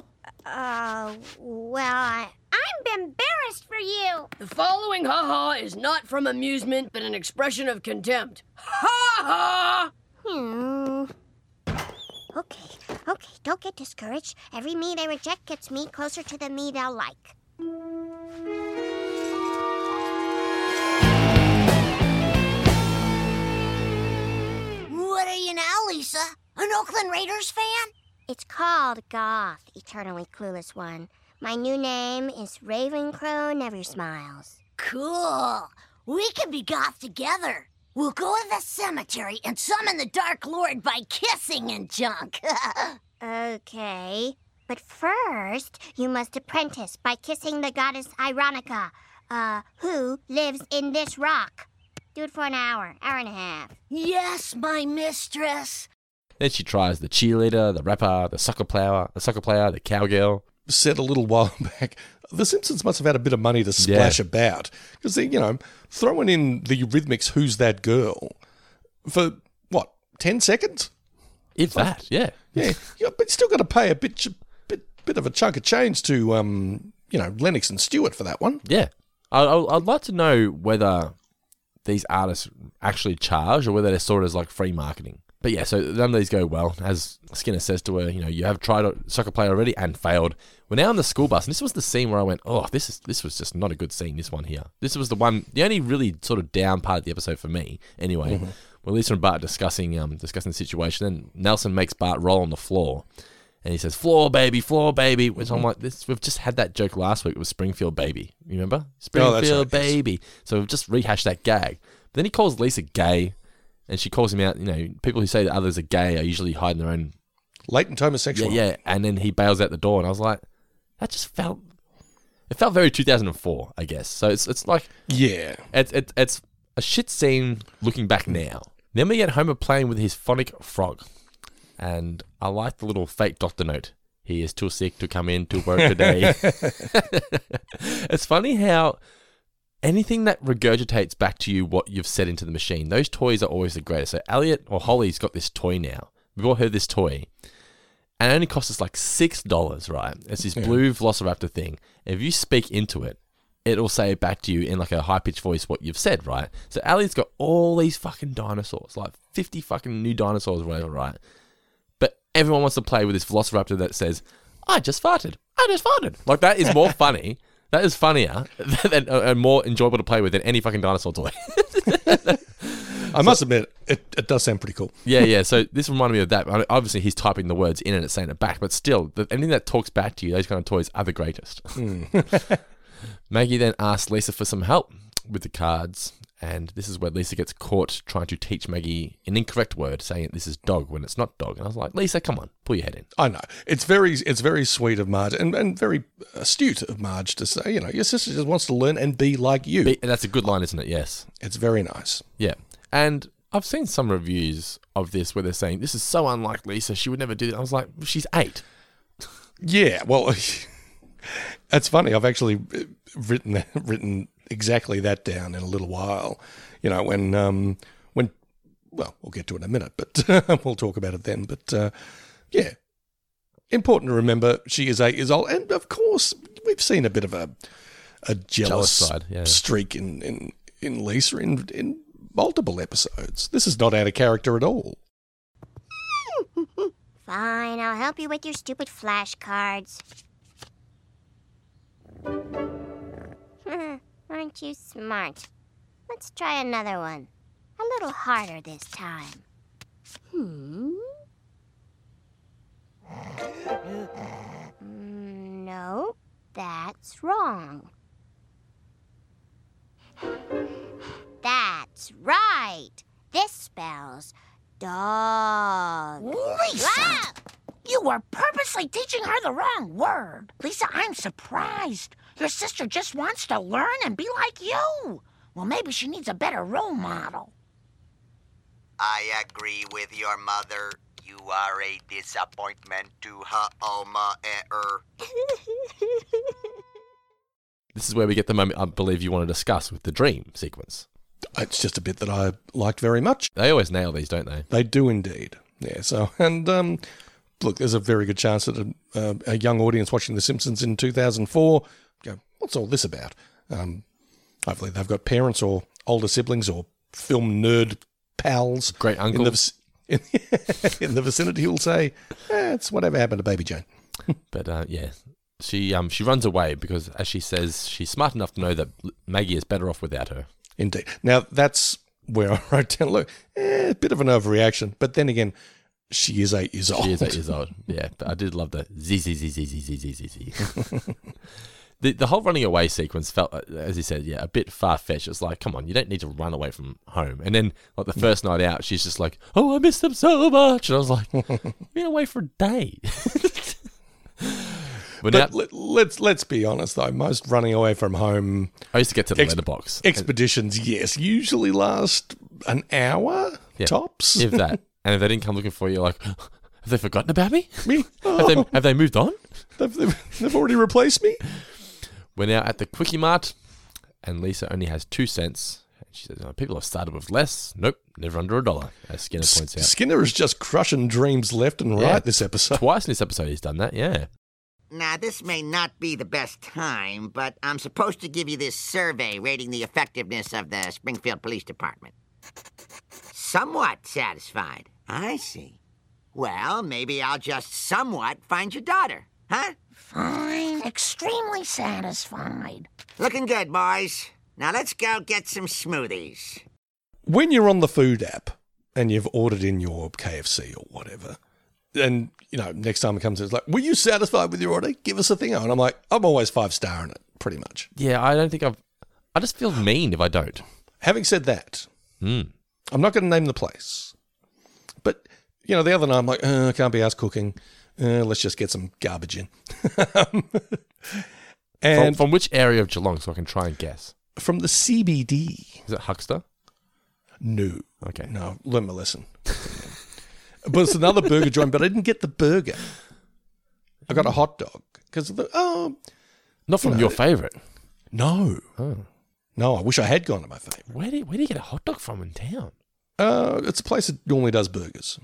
J: Uh, well, I, I'm embarrassed for you.
C: The following ha ha is not from amusement, but an expression of contempt. Ha ha!
J: Hmm. Okay, okay, don't get discouraged. Every me they reject gets me closer to the me they'll like.
A: What are you now, Lisa? An Oakland Raiders fan?
J: It's called Goth, Eternally Clueless One. My new name is Ravencrow Never Smiles.
A: Cool. We can be goth together. We'll go to the cemetery and summon the Dark Lord by kissing and junk.
J: Okay, but first, you must apprentice by kissing the goddess Ironica, uh, who lives in this rock. Do it for an hour, hour and a half.
A: yes, my mistress.
D: Then she tries the cheerleader, the rapper, the soccer player, the soccer player, the cowgirl.
E: Said a little while back, The Simpsons must have had a bit of money to splash about because they, you know, throwing in the Eurythmics Who's That Girl for what, 10 seconds?
D: If that, yeah.
E: Yeah. yeah but you still got to pay a bit, ch- bit, bit of a chunk of change to, um, you know, Lennox and Stewart for that one.
D: Yeah. I, I, I'd like to know whether these artists actually charge or whether they're sort of as like free marketing. But yeah, so none of these go well. As Skinner says to her, you know, you have tried a soccer player already and failed. We're now on the school bus, and this was the scene where I went, oh, this is this was just not a good scene. This one here, this was the one, the only really sort of down part of the episode for me, anyway. Where Lisa and Bart are discussing um discussing the situation, and Nelson makes Bart roll on the floor, and he says, "Floor baby, floor baby," which
E: Mm-hmm.
D: I'm like, this we've just had that joke last week with Springfield baby. You remember
E: Oh,
D: Springfield
E: that's right, yes.
D: baby? So we've just rehashed that gag. Then he calls Lisa gay, and she calls him out. You know, people who say that others are gay are usually hiding their own.
E: Latent
D: Yeah,
E: homosexual.
D: yeah. And then he bails out the door, and I was like, that just felt. It felt very 2004, I guess. So it's it's like
E: Yeah.
D: it's it's, it's a shit scene looking back now. Then we get Homer playing with his phonic frog, and I like the little fake doctor note. He is too sick to come in to work today. it's funny how anything that regurgitates back to you what you've said into the machine, those toys are always the greatest. So Elliot or Holly's got this toy now. We've all heard this toy, and it only costs us like six dollars, right? It's this blue Velociraptor thing. If you speak into it, it'll say back to you in like a high pitched voice what you've said, right? So Ali's got all these fucking dinosaurs, like fifty fucking new dinosaurs, whatever, right? But everyone wants to play with this Velociraptor that says, "I just farted, I just farted." Like that is more funny. That is funnier than, and more enjoyable to play with than any fucking dinosaur toy.
E: I must admit, it, it does sound pretty cool.
D: Yeah, yeah. So this reminded me of that. I- Obviously, he's typing the words in and it's saying it back, but still, the, anything that talks back to you, those kind of toys are the greatest. Maggie then asks Lisa for some help with the cards, and this is where Lisa gets caught trying to teach Maggie an incorrect word, saying this is dog when it's not dog. And I was like, Lisa, come on, pull your head in.
E: I know it's very it's very sweet of Marge and, and very astute of Marge to say you know your sister just wants to learn and be like you.
D: Be- that's a good line, isn't it? Yes.
E: It's very nice.
D: Yeah. And I've seen some reviews of this where they're saying, this is so unlike Lisa. She would never do that. I was like, she's eight.
E: Yeah, well, it's funny. I've actually uh, written that, written exactly that down in a little while. You know, when um, when well, we'll get to it in a minute, but we'll talk about it then. But uh, yeah, important to remember she is eight years old, and of course, we've seen a bit of a a jealous,
D: side, yeah.
E: streak in in in Lisa in in multiple episodes. This is not out of character at all.
J: Fine, I'll help you with your stupid flashcards. Aren't you smart? Let's try another one. A little harder this time. Hmm? Mm, No, that's wrong. That's right. This spells dog.
A: Lisa!
J: Wow!
A: You were purposely teaching her the wrong word. Lisa, I'm surprised. Your sister just wants to learn and be like you. Well, maybe she needs a better role model.
K: I agree with your mother. You are a disappointment to her alma er.
D: This is where we get the moment I believe you want to discuss with the dream sequence.
E: It's just a bit that I liked very much.
D: They always nail these, don't they?
E: They do indeed. Yeah. So, and um, look, there's a very good chance that a, uh, a young audience watching The Simpsons in 2004 go, "What's all this about?" Um, hopefully, they've got parents or older siblings or film nerd pals,
D: Great
E: in
D: uncle.
E: the, vic- in, in the vicinity who'll say, eh, "It's whatever happened to Baby Jane."
D: But uh, yeah, she um she runs away because, as she says, she's smart enough to know that L- Maggie is better off without her.
E: Indeed. Now that's where I wrote down. Look, eh, a bit of an overreaction, but then again, she is eight years old.
D: She is eight years old. Yeah, but I did love the z z z z z z z z z. The, the whole running away sequence felt, uh, as he said, yeah, a bit far fetched. It's like, come on, you don't need to run away from home. And then, like the first night out, she's just like, "Oh, I miss them so much," and I was like, "You've "Been away for a day." but,
E: But
D: now,
E: let, let's let's be honest though, most running away from home
D: I used to get to the
E: Ex-
D: letterbox.
E: expeditions, yes, usually last an hour
D: Yeah.
E: tops.
D: if that. And if they didn't come looking for you, you're like, have they forgotten about me?
E: Me? Oh,
D: have, they, have they moved on?
E: they've, they've, they've already replaced me.
D: We're now at the Quickie Mart, and Lisa only has two cents. And She says, "Oh, people have started with less. Nope, never under a dollar, as Skinner points out.
E: Skinner is just crushing dreams left and right
D: Yeah.
E: this episode.
D: Twice in this episode, he's done that, yeah.
K: Now, this may not be the best time, but I'm supposed to give you this survey rating the effectiveness of the Springfield Police Department. Somewhat satisfied. I see. Well, maybe I'll just somewhat find your daughter, huh?
A: Fine. Extremely satisfied.
K: Looking good, boys. Now let's go get some smoothies.
E: When you're on the food app and you've ordered in your KFC or whatever, and you know next time it comes, it's like, were you satisfied with your order? Give us a thing, and I'm like, I'm always five star in it, pretty much.
D: Yeah, I don't think I've. I just feel mean if I don't.
E: Having said that,
D: Hmm.
E: I'm not going to name the place, but you know, the other night I'm like, uh, I can't be asked cooking. Uh, let's just get some garbage in.
D: From,
E: and from,
D: from which area of Geelong, so I can try and guess?
E: the CBD,
D: Is it Huckster?
E: no,
D: Okay.
E: no, learn my lesson. but it's another burger joint, but I didn't get the burger. I got a hot dog because the oh
D: Not from your favourite.
E: no,
D: Oh.
E: no, I wish I had gone to my favorite.
D: Where do you, where do you get a hot dog from in town?
E: Uh, it's a place that normally does burgers.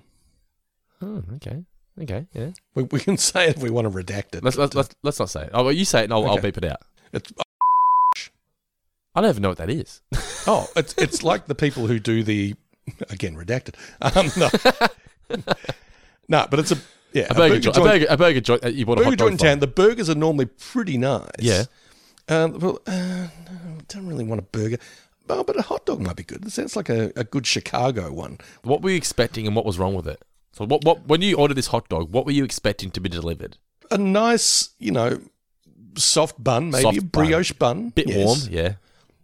D: Oh, okay. Okay, yeah.
E: We, we can say it if we want to redact it.
D: Let's let's, let's, let's not say it. Oh, well, you say it and I'll, I'll
E: Okay.
D: beep it out.
E: It's,
D: I don't even know what that is.
E: oh, it's it's like the people who do the again redacted. Um, no, no, but it's a yeah
D: a burger, joint. A burger, a burger joint. that You bought a
E: burger
D: hot dog
E: joint in
D: from.
E: town. The burgers are normally pretty nice.
D: Yeah.
E: Um, well, uh, no, I don't really want a burger. Oh, but a hot dog might be good. It sounds like a, a good Chicago one.
D: What were you expecting and what was wrong with it? So what, what when you ordered this hot dog, what were you expecting to be delivered?
E: A nice, you know, soft bun, maybe
D: Soft
E: a
D: bun.
E: brioche bun.
D: Bit
E: yes. Mm.
D: warm, yeah.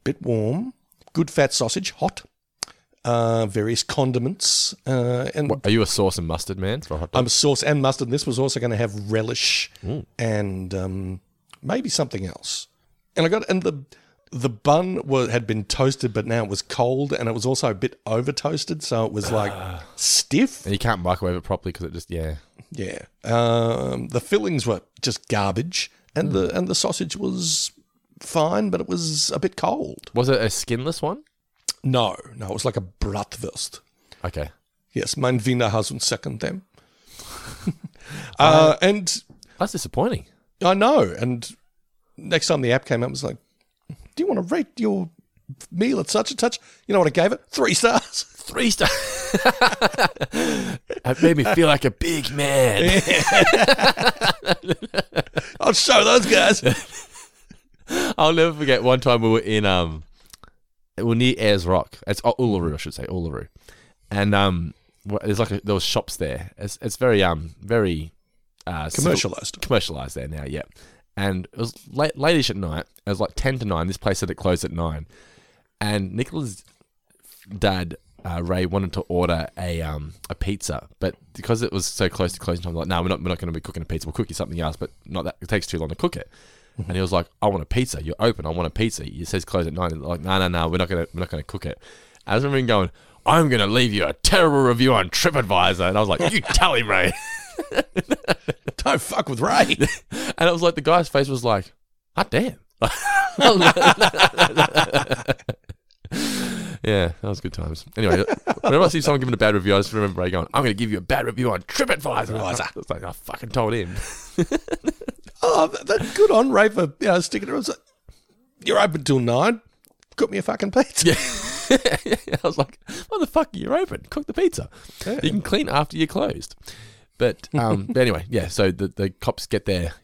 E: Bit warm. Good fat sausage, hot. Uh, various condiments. Uh, and
D: What, are you a sauce and mustard man for a hot dog?
E: I'm sauce and mustard. This was also going to have relish and um, maybe something else. And I got and the the bun was had been toasted, but now it was cold, and it was also a bit over toasted, so it was like stiff.
D: and you can't microwave it properly because it just yeah.
E: Yeah. Um, the fillings were just garbage, and the and the sausage was fine, but it was a bit cold.
D: Was it a skinless one?
E: No, no, it was like a bratwurst.
D: Okay.
E: Yes, mein Wiener hasn't second them. uh, and
D: that's disappointing.
E: I know. And next time the app came out, it was like, "Do you want to rate your meal at such and such?" You know what I gave it? Three stars.
D: Three stars. It made me feel like a big man.
E: I'll show those guys.
D: I'll never forget one time we were in um we were near Ayers Rock. It's uh, Uluru, I should say, Uluru. And um wh- there's like a, there was shops there. It's it's very um very uh civil-
E: Commercialised.
D: commercialized there now, yeah. And it was late lateish at night. It was like ten to nine. This place said it closed at nine. And Nicola's dad uh, Ray wanted to order a um, a pizza, but because it was so close to closing time, like, no, we're not we're not going to be cooking a pizza. We'll cook you something else, but not that it takes too long to cook it. And he was like, I want a pizza. You're open. I want a pizza. It says close at nine. And they're like, no, no, no, we're not gonna we're not gonna cook it. I remember him going, I'm gonna leave you a terrible review on TripAdvisor, and I was like, you tell him, Ray.
E: Don't fuck with Ray.
D: and it was like the guy's face was like, hot damn. yeah, that was good times. Anyway, whenever I see someone giving a bad review, I just remember Ray going, I'm going to give you a bad review on TripAdvisor. I was like, I fucking told him.
E: Oh, that, that good on Ray for you know, sticking around. It's like, You're open till nine. Cook me a fucking pizza.
D: I was like, motherfucker, you're open. Cook the pizza. You can clean after you're closed. But, um, but anyway, yeah, so the, the cops get their,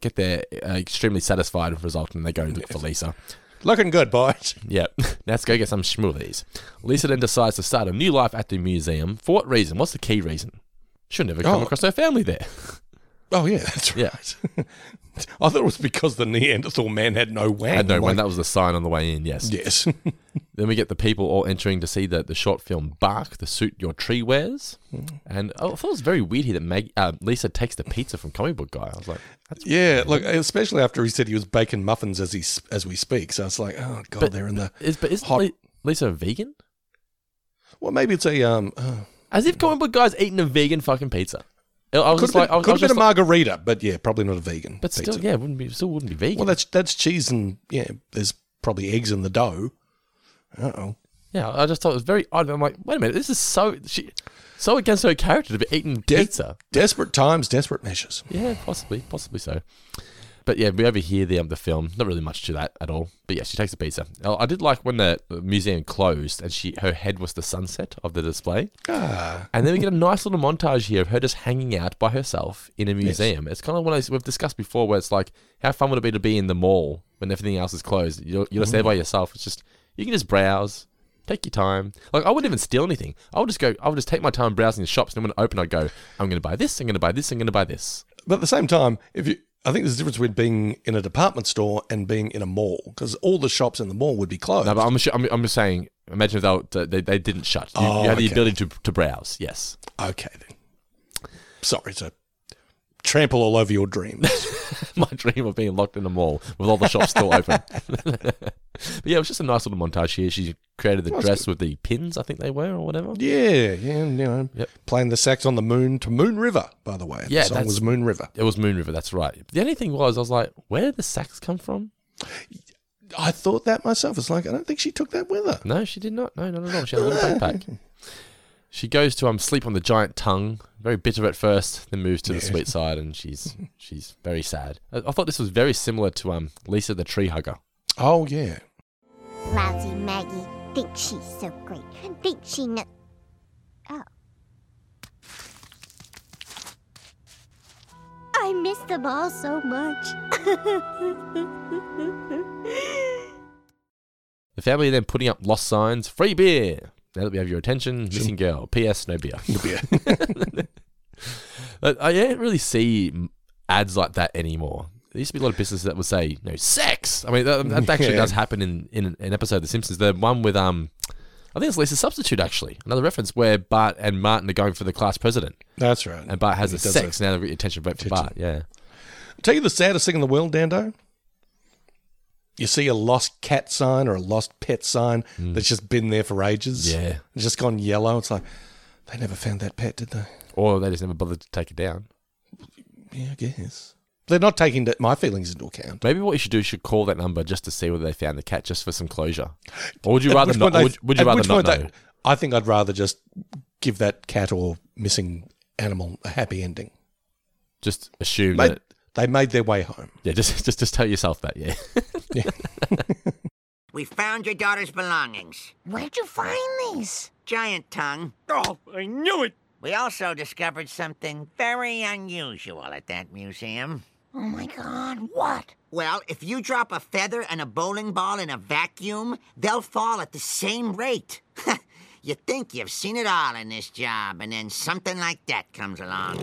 D: get their uh, extremely satisfied with the result and they go and look for Lisa.
E: Looking good, boys.
D: Yeah, let's go get some schmoothies. Lisa then decides to start a new life at the museum. For what reason? What's the key reason? She'll never come
E: Oh.
D: across her family there.
E: Oh yeah, that's
D: Yeah.
E: right. I thought it was because the Neanderthal man had no wang.
D: And no,
E: I'm
D: when
E: like,
D: that was the sign on the way in, yes.
E: Yes.
D: Then we get the people all entering to see the, the short film Bark, the suit your tree wears.
E: Hmm.
D: And I thought it was very weird here that Mag- uh, Lisa takes the pizza from Comic Book Guy. I was like, that's
E: yeah, look, especially after he said he was baking muffins as he s- as we speak. So it's like, oh god,
D: But-
E: they're in the
D: is, but isn't
E: hot.
D: Li- Lisa a vegan?
E: well, maybe it's a um. Uh,
D: As if Comic Book Guy's eating a vegan fucking pizza. I I was
E: Could
D: just
E: have
D: like, I
E: been,
D: was,
E: could
D: I
E: have
D: was
E: been
D: just
E: a
D: like,
E: margarita, but yeah, probably not a vegan.
D: but still,
E: pizza.
D: yeah, wouldn't be still wouldn't be vegan.
E: Well, that's that's cheese and yeah, there's probably eggs in the dough. Uh oh.
D: Yeah, I just thought it was very odd. I'm like, wait a minute, this is so she, so against her character to be eating pizza.
E: Desperate times, desperate measures.
D: Yeah, possibly, possibly so. But yeah, we overhear the um, the film. Not really much to that at all. But yeah, she takes a pizza. I I did like when the the museum closed and she her head was the sunset of the display.
E: Ah,
D: And then we get a nice little montage here of her just hanging out by herself in a museum. It's kind of what I, we've discussed before, where it's like, how fun would it be to be in the mall when everything else is closed? You're, you're just there by yourself. It's just you can just browse, take your time. Like I wouldn't even steal anything. I would just go. I would just take my time browsing the shops, and when I open, I'd go, I'm going to buy this. I'm going to buy this. I'm going to buy this.
E: but at the same time, if you, I think there's a difference between being in a department store and being in a mall because all the shops in the mall would be closed.
D: No, but I'm, assu- I'm, I'm just saying. Imagine if they, were- they, they didn't shut. You,
E: Oh,
D: you had the
E: okay.
D: ability to, to browse. Yes.
E: okay then. Sorry to trample all over your dreams.
D: my dream of being locked in a mall with all the shops still open. but yeah, it was just a nice little montage here. She created the
E: That's
D: dress with the pins, I think they were, or whatever.
E: yeah, yeah, and, you know,
D: Yep.
E: playing the sax on the moon to Moon River. By the way,
D: Yeah,
E: the song
D: that's-
E: was Moon River.
D: It was Moon River, that's right. The only thing was, I was like, where did the sacks come from?
E: I thought that myself. It's like I don't think she took that with her.
D: No, she did not. No, not at all. She had a little backpack. She goes to um sleep on the giant tongue. Very bitter at first, then moves to the
H: Yeah.
D: sweet side, and she's she's very sad. I, I thought this was very similar to um Lisa the tree hugger.
E: Oh yeah.
J: Lousy Maggie thinks she's so great. Thinks she kno Oh. I miss them all so much.
D: The family are then putting up lost signs, free beer. Now that we have your attention, missing girl. P.S. No beer. No beer. I don't really see m- ads like that anymore. There used to be a lot of businesses that would say, you know, sex. I mean, that, that actually
H: Yeah.
D: does happen in, in an episode of The Simpsons. The one with, um, I think it's Lisa's Substitute, actually. Another reference where Bart and Martin are going for the class president.
E: That's right.
D: And Bart has
E: He
D: a
E: does
D: sex. Now they've got your attention vote for Bart. Yeah.
E: Tell you the saddest thing in the world, Dando. You see a lost cat sign or a lost pet sign that's just been there for ages.
D: Hmm. Yeah.
E: It's just gone yellow. It's like, they never found that pet, did they?
D: Or they just never bothered to take it down.
E: Yeah, I guess. They're not taking that- my feelings into account.
D: Maybe what you should do is should call that number just to see whether they found the cat, just for some closure. Or would you rather not? would, would you rather not know?
E: I think I'd rather just give that cat or missing animal a happy ending.
D: Just assume
E: Mate,
D: that.
E: They made their way home.
D: Yeah, just just just tell yourself that. Yeah.
K: We found your daughter's belongings. Where'd you find these? Giant tongue. Oh, I knew it! We also discovered something very unusual at that museum.
A: Oh my god, what?
K: Well, if you drop a feather and a bowling ball in a vacuum, they'll fall at the same rate. you think you've seen it all in this job, and then something like that comes along.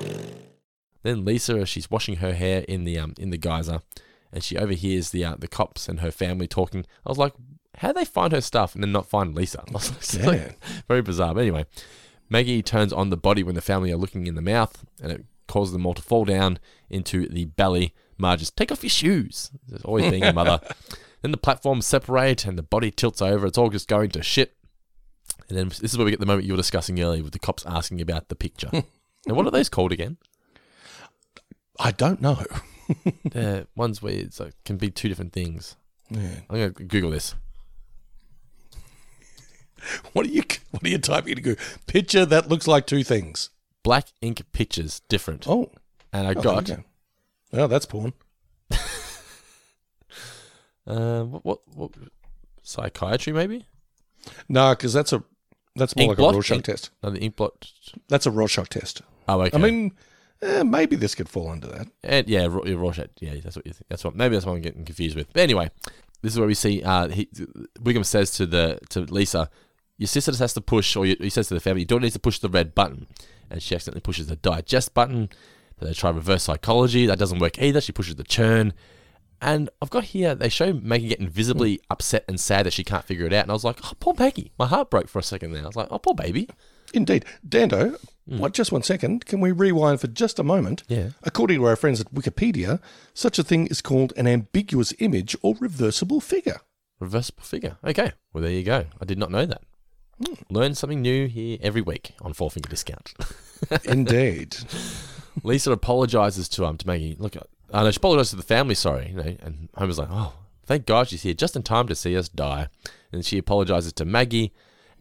D: Then Lisa, as she's washing her hair in the um in the geyser, and she overhears the uh, the cops and her family talking. I was like, how do they find her stuff and then not find Lisa? I was like, it's like- very bizarre. But anyway, Maggie turns on the body when the family are looking in the mouth, and it causes them all to fall down into the belly. Marge is take off your shoes. There's always being a mother. then the platforms separate and the body tilts over. It's all just going to shit. And then this is where we get the moment you were discussing earlier with the cops asking about the picture. now, what are those called again?
E: I don't know.
D: They're ones where it's like, can be two different things.
E: Yeah.
D: I'm gonna Google this.
E: What are you What are you typing to Google? Picture that looks like two things.
D: Black ink pictures, different.
E: Oh,
D: And I
E: Oh, there
D: got
E: you go. Oh, that's porn.
D: uh, what, what what psychiatry maybe?
E: No, because that's a that's more
D: Ink
E: like
D: blot?
E: a Rorschach
D: Ink-
E: test.
D: No, the ink blot.
E: That's a Rorschach test.
D: Oh, okay.
E: I mean, eh, maybe this could fall under that.
D: And Eh, yeah, Ro- yeah, Rorschach. Yeah, that's what you think. That's what. Maybe that's what I'm getting confused with. But anyway, this is where we see. Uh, he, Wiggum says to the to Lisa, "Your sister just has to push, or you, he says to the family, your daughter needs to push the red button." And she accidentally pushes the digest button. Then they try reverse psychology. That doesn't work either. She pushes the churn. And I've got here, they show Maggie getting visibly upset and sad that she can't figure it out. And I was like, oh, poor Maggie. My heart broke for a second there. I was like, oh, poor baby.
E: Indeed, Dando. What? Just one second. Can we rewind for just a moment?
D: Hmm. Yeah.
E: According to our friends at Wikipedia, such a thing is called an ambiguous image or reversible figure.
D: Reversible figure. Okay. Well, there you go. I did not know that. Learn something new here every week on Four Finger Discount.
E: Indeed.
D: Lisa apologizes to um to Maggie. Look, I know she apologizes to the family. Sorry, you know. And Homer's like, oh, thank God she's here just in time to see us die. And she apologizes to Maggie.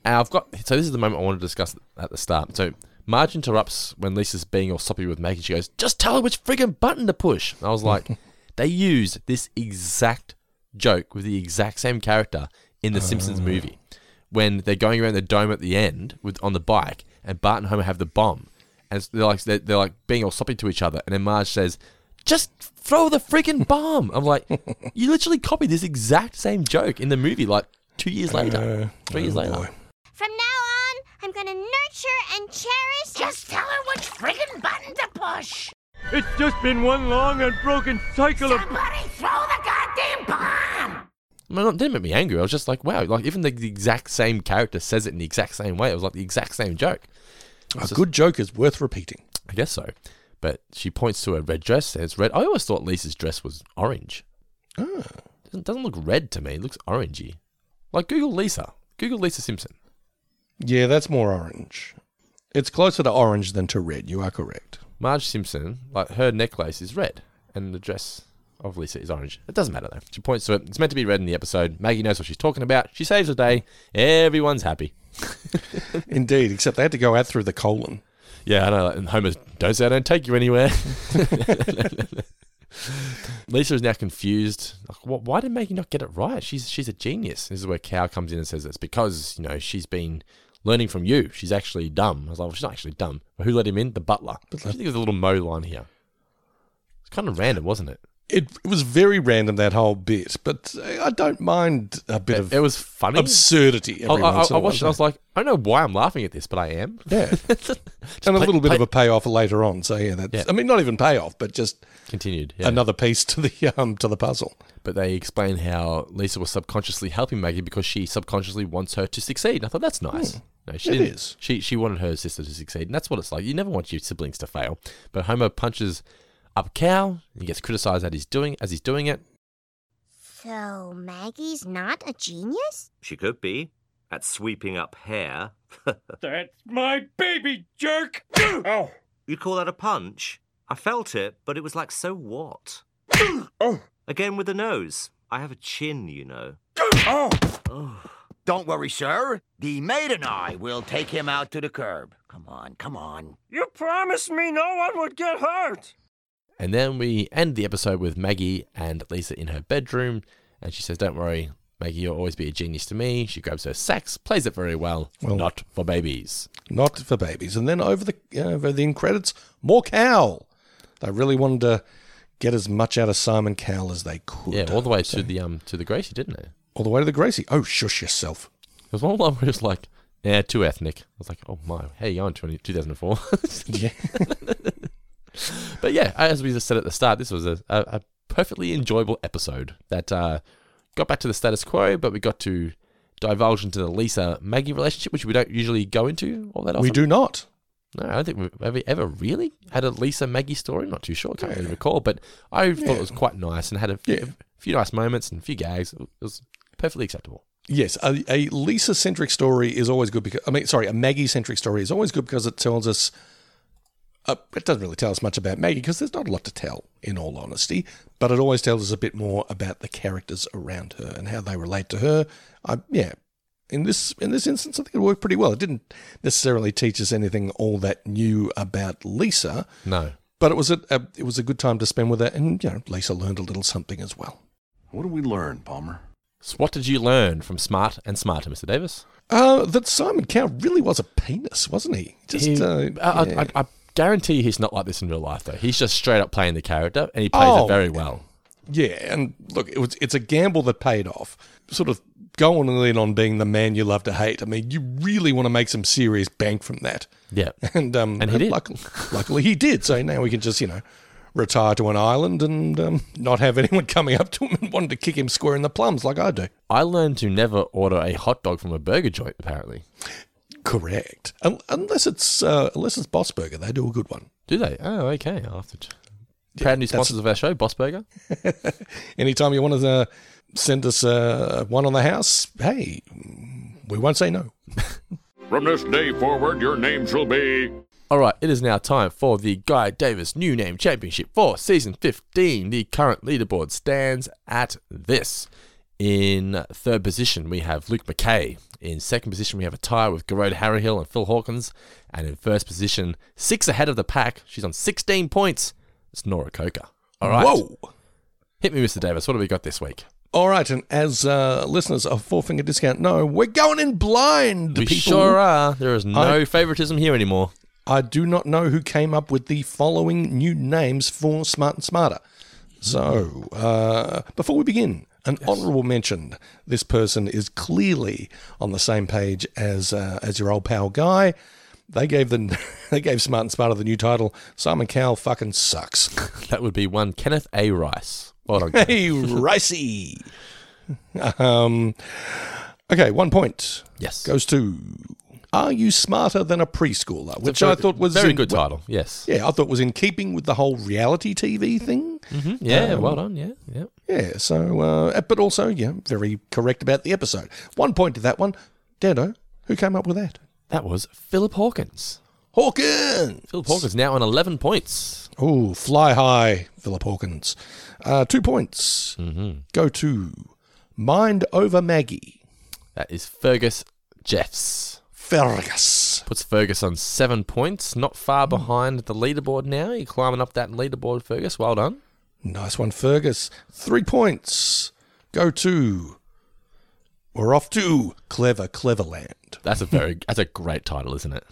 D: And I've got so this is the moment I want to discuss at the start. So Marge interrupts when Lisa's being all soppy with Maggie. She goes, just tell her which friggin' button to push. And I was like, they used this exact joke with the exact same character in the Simpsons
H: Oh.
D: movie when they're going around the dome at the end with on the bike, and Bart and Homer have the bomb, and it's- they're like they're, they're like being all soppy to each other, and then Marge says, "Just throw the freaking bomb." I'm like, you literally copied this exact same joke in the movie like two years later,
E: Uh,
D: three
E: oh,
D: years later.
J: From now on, I'm gonna nurture and cherish. Just tell her which friggin' button to push.
F: It's just been one long, unbroken cycle of.
A: Somebody throw the goddamn bomb!
D: I mean, it didn't make me angry. I was just like, wow, like even the, the exact same character says it in the exact same way. It was like the exact same joke.
E: A good joke is worth repeating.
D: I guess so. But she points to a red dress and it's red. I always thought Lisa's dress was orange.
E: Oh.
D: Doesn't, doesn't look red to me. It looks orangey. Like Google Lisa. Google Lisa Simpson.
E: Yeah, that's more orange. It's closer to orange than to red. You are correct.
D: Marge Simpson, like her necklace is red and the dress Obviously, it's orange. It doesn't matter though. She points to it. It's meant to be red in the episode. Maggie knows what she's talking about. She saves the day. Everyone's happy.
E: Indeed, except they had to go out through the colon.
D: Yeah, I know. like, And Homer, don't say I don't take you anywhere. Lisa is now confused. Like, "Wh- why did Maggie not get it right? She's she's a genius. This is where Cow comes in and says it's because you know she's been learning from you. She's actually dumb. I was like, well, she's not actually dumb. But who let him in? The butler. But I think there's a little mo line here. It's kind of random, wasn't it?
E: It, it was very random that whole bit, but uh, I don't mind a bit of
D: It was funny.
E: absurdity.
D: I,
E: Every
D: I, I,
E: once in
D: I
E: a while.
D: watched it. I was like, I don't know why I'm laughing at this, but I am.
E: Yeah. and a little bit of a payoff later on. So yeah, that's.
D: Yeah.
E: I mean, not even payoff, but just
D: Continued. Yeah.
E: another piece to the um to the puzzle.
D: but they explain how Lisa was subconsciously helping Maggie because she subconsciously wants her to succeed. And I thought that's nice. No, she
E: Hmm. It
D: didn't-
E: is.
D: She she wanted her sister to succeed, and that's what it's like. You never want your siblings to fail. But Homer punches up Cow. He gets criticized that he's doing as he's doing it.
J: So Maggie's not a genius?
B: She could be at sweeping up hair.
F: That's my baby, jerk!
B: oh. You call that a punch? I felt it, but it was like, so what? oh. Again with the nose. I have a chin, you know.
I: Oh. Don't worry, sir. The maid and I will take him out to the curb. Come on, come on.
F: You promised me no one would get hurt.
D: And then we end the episode with Maggie and Lisa in her bedroom, and she says, "Don't worry, Maggie, you'll always be a genius to me." She grabs her sax, plays it very well,
E: Well-
D: not for babies.
E: Not for babies. And then over the over the end credits, more Cowell. They really wanted to get as much out of Simon Cowell as they could.
D: Yeah, all the way
E: eh?
D: to the um to the Gracie, didn't it?
E: all the way to the Gracie. Oh, shush yourself.
D: There was one line where it was like, yeah, too ethnic. I was like, oh my, hey, you on 20, 2004.
E: yeah.
D: but yeah, as we just said at the start, this was a, a, a perfectly enjoyable episode that uh, got back to the status quo, but we got to divulge into the Lisa Maggie relationship, which we don't usually go into all that often.
E: We do not.
D: No, I don't think we've ever, ever really had a Lisa Maggie story. I'm not too sure. I can't really recall, but I thought it was quite nice and had a few,
E: Yeah.
D: a few nice moments and a few gags. It was perfectly acceptable.
E: Yes, a, a Lisa centric story is always good because I mean, sorry, a Maggie centric story is always good because it tells us. Uh, it doesn't really tell us much about Maggie because there's not a lot to tell, in all honesty. But it always tells us a bit more about the characters around her and how they relate to her. I, yeah, in this in this instance, I think it worked pretty well. It didn't necessarily teach us anything all that new about Lisa,
D: No.
E: but it was a, a it was a good time to spend with her, and you know, Lisa learned a little something as well.
L: What did we learn, Palmer?
D: So what did you learn from Smart and Smarter, Mr. Davis?
E: Uh, that Simon Cow really was a penis, wasn't he? Just
D: He-
E: uh,
D: I,
E: yeah.
D: I, I guarantee he's not like this in real life, though. He's just straight up playing the character, and he plays
E: Oh.
D: it very well.
E: Yeah, and look, it was it's a gamble that paid off. Sort of going in on being the man you love to hate. I mean, you really want to make some serious bank from that.
D: Yeah.
E: And um,
D: And he did.
E: luck- luckily he did. So now we can just you know retire to an island and um, not have anyone coming up to him and wanting to kick him square in the plums like I do.
D: I learned to never order a hot dog from a burger joint, apparently.
E: Correct. Un- unless it's uh, unless it's Boss Burger, they do a good one.
D: Do they? Oh, okay. I'll have to. Proud new
E: that's-
D: sponsors of our show, Boss Burger.
E: Anytime you want to uh, send us uh, one on the house, hey, we won't say no.
L: From this day forward, your name shall be.
D: All right, it is now time for the Guy Davis New Name Championship for season 15. The current leaderboard stands at this. In third position, we have Luke McKay. In second position, we have a tie with Garode Harryhill and Phil Hawkins. And in first position, six ahead of the pack, she's on 16 points. It's Nora Coker. All right.
E: Whoa.
D: Hit me, Mr. Davis. What have we got this week?
E: All right, and as uh, listeners of Four Finger Discount know, we're going in blind.
D: we
E: people.
D: sure are. There is no
E: I-
D: favoritism here anymore.
E: I do not know who came up with the following new names for Smart and Smarter. So, uh, before we begin, an honourable mention. This person is clearly on the same page as uh, as your old pal guy. They gave the they gave Smart and Smarter the new title. Simon Cowell fucking sucks.
D: That would be one Kenneth A. Rice. Well done. Kenneth.
E: Hey, Ricey. Um, okay, one point.
D: Yes.
E: Goes to Are You Smarter Than a Preschooler?
D: It's a
E: Which
D: very-
E: I thought was.
D: very
E: in-
D: good title. Yes.
E: Yeah, I thought was in keeping with the whole reality TV thing.
D: hmm Yeah.
E: Um,
D: well done. Yeah. Yeah.
E: Yeah, so, uh, but also, yeah, very correct about the episode. One point to that one. Dando, who came up with that?
D: That was Philip Hawkins.
E: Hawkins.
D: Philip Hawkins now on 11 points.
E: Oh, fly high, Philip Hawkins. Uh, two points. Go to Mind Over Maggie.
D: That is Fergus Jeffs.
E: Fergus.
D: Puts Fergus on seven points, not far behind the leaderboard now. You're climbing up that leaderboard, Fergus. Well done.
E: Nice one, Fergus. Three points. Go to. We're off to Clever Cleverland.
D: That's a very that's a great title, isn't it?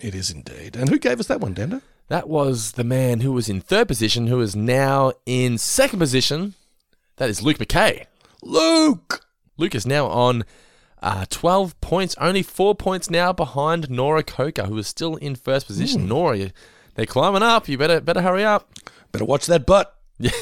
E: It is indeed. And who gave us that one, Dando?
D: That was the man who was in third position, who is now in second position. That is Luke McKay.
E: Luke!
D: Luke is now on uh, 12 points, only four points now behind Nora Coker, who is still in first position. Nora, you- they're climbing up. You better better hurry up.
E: Better watch that butt.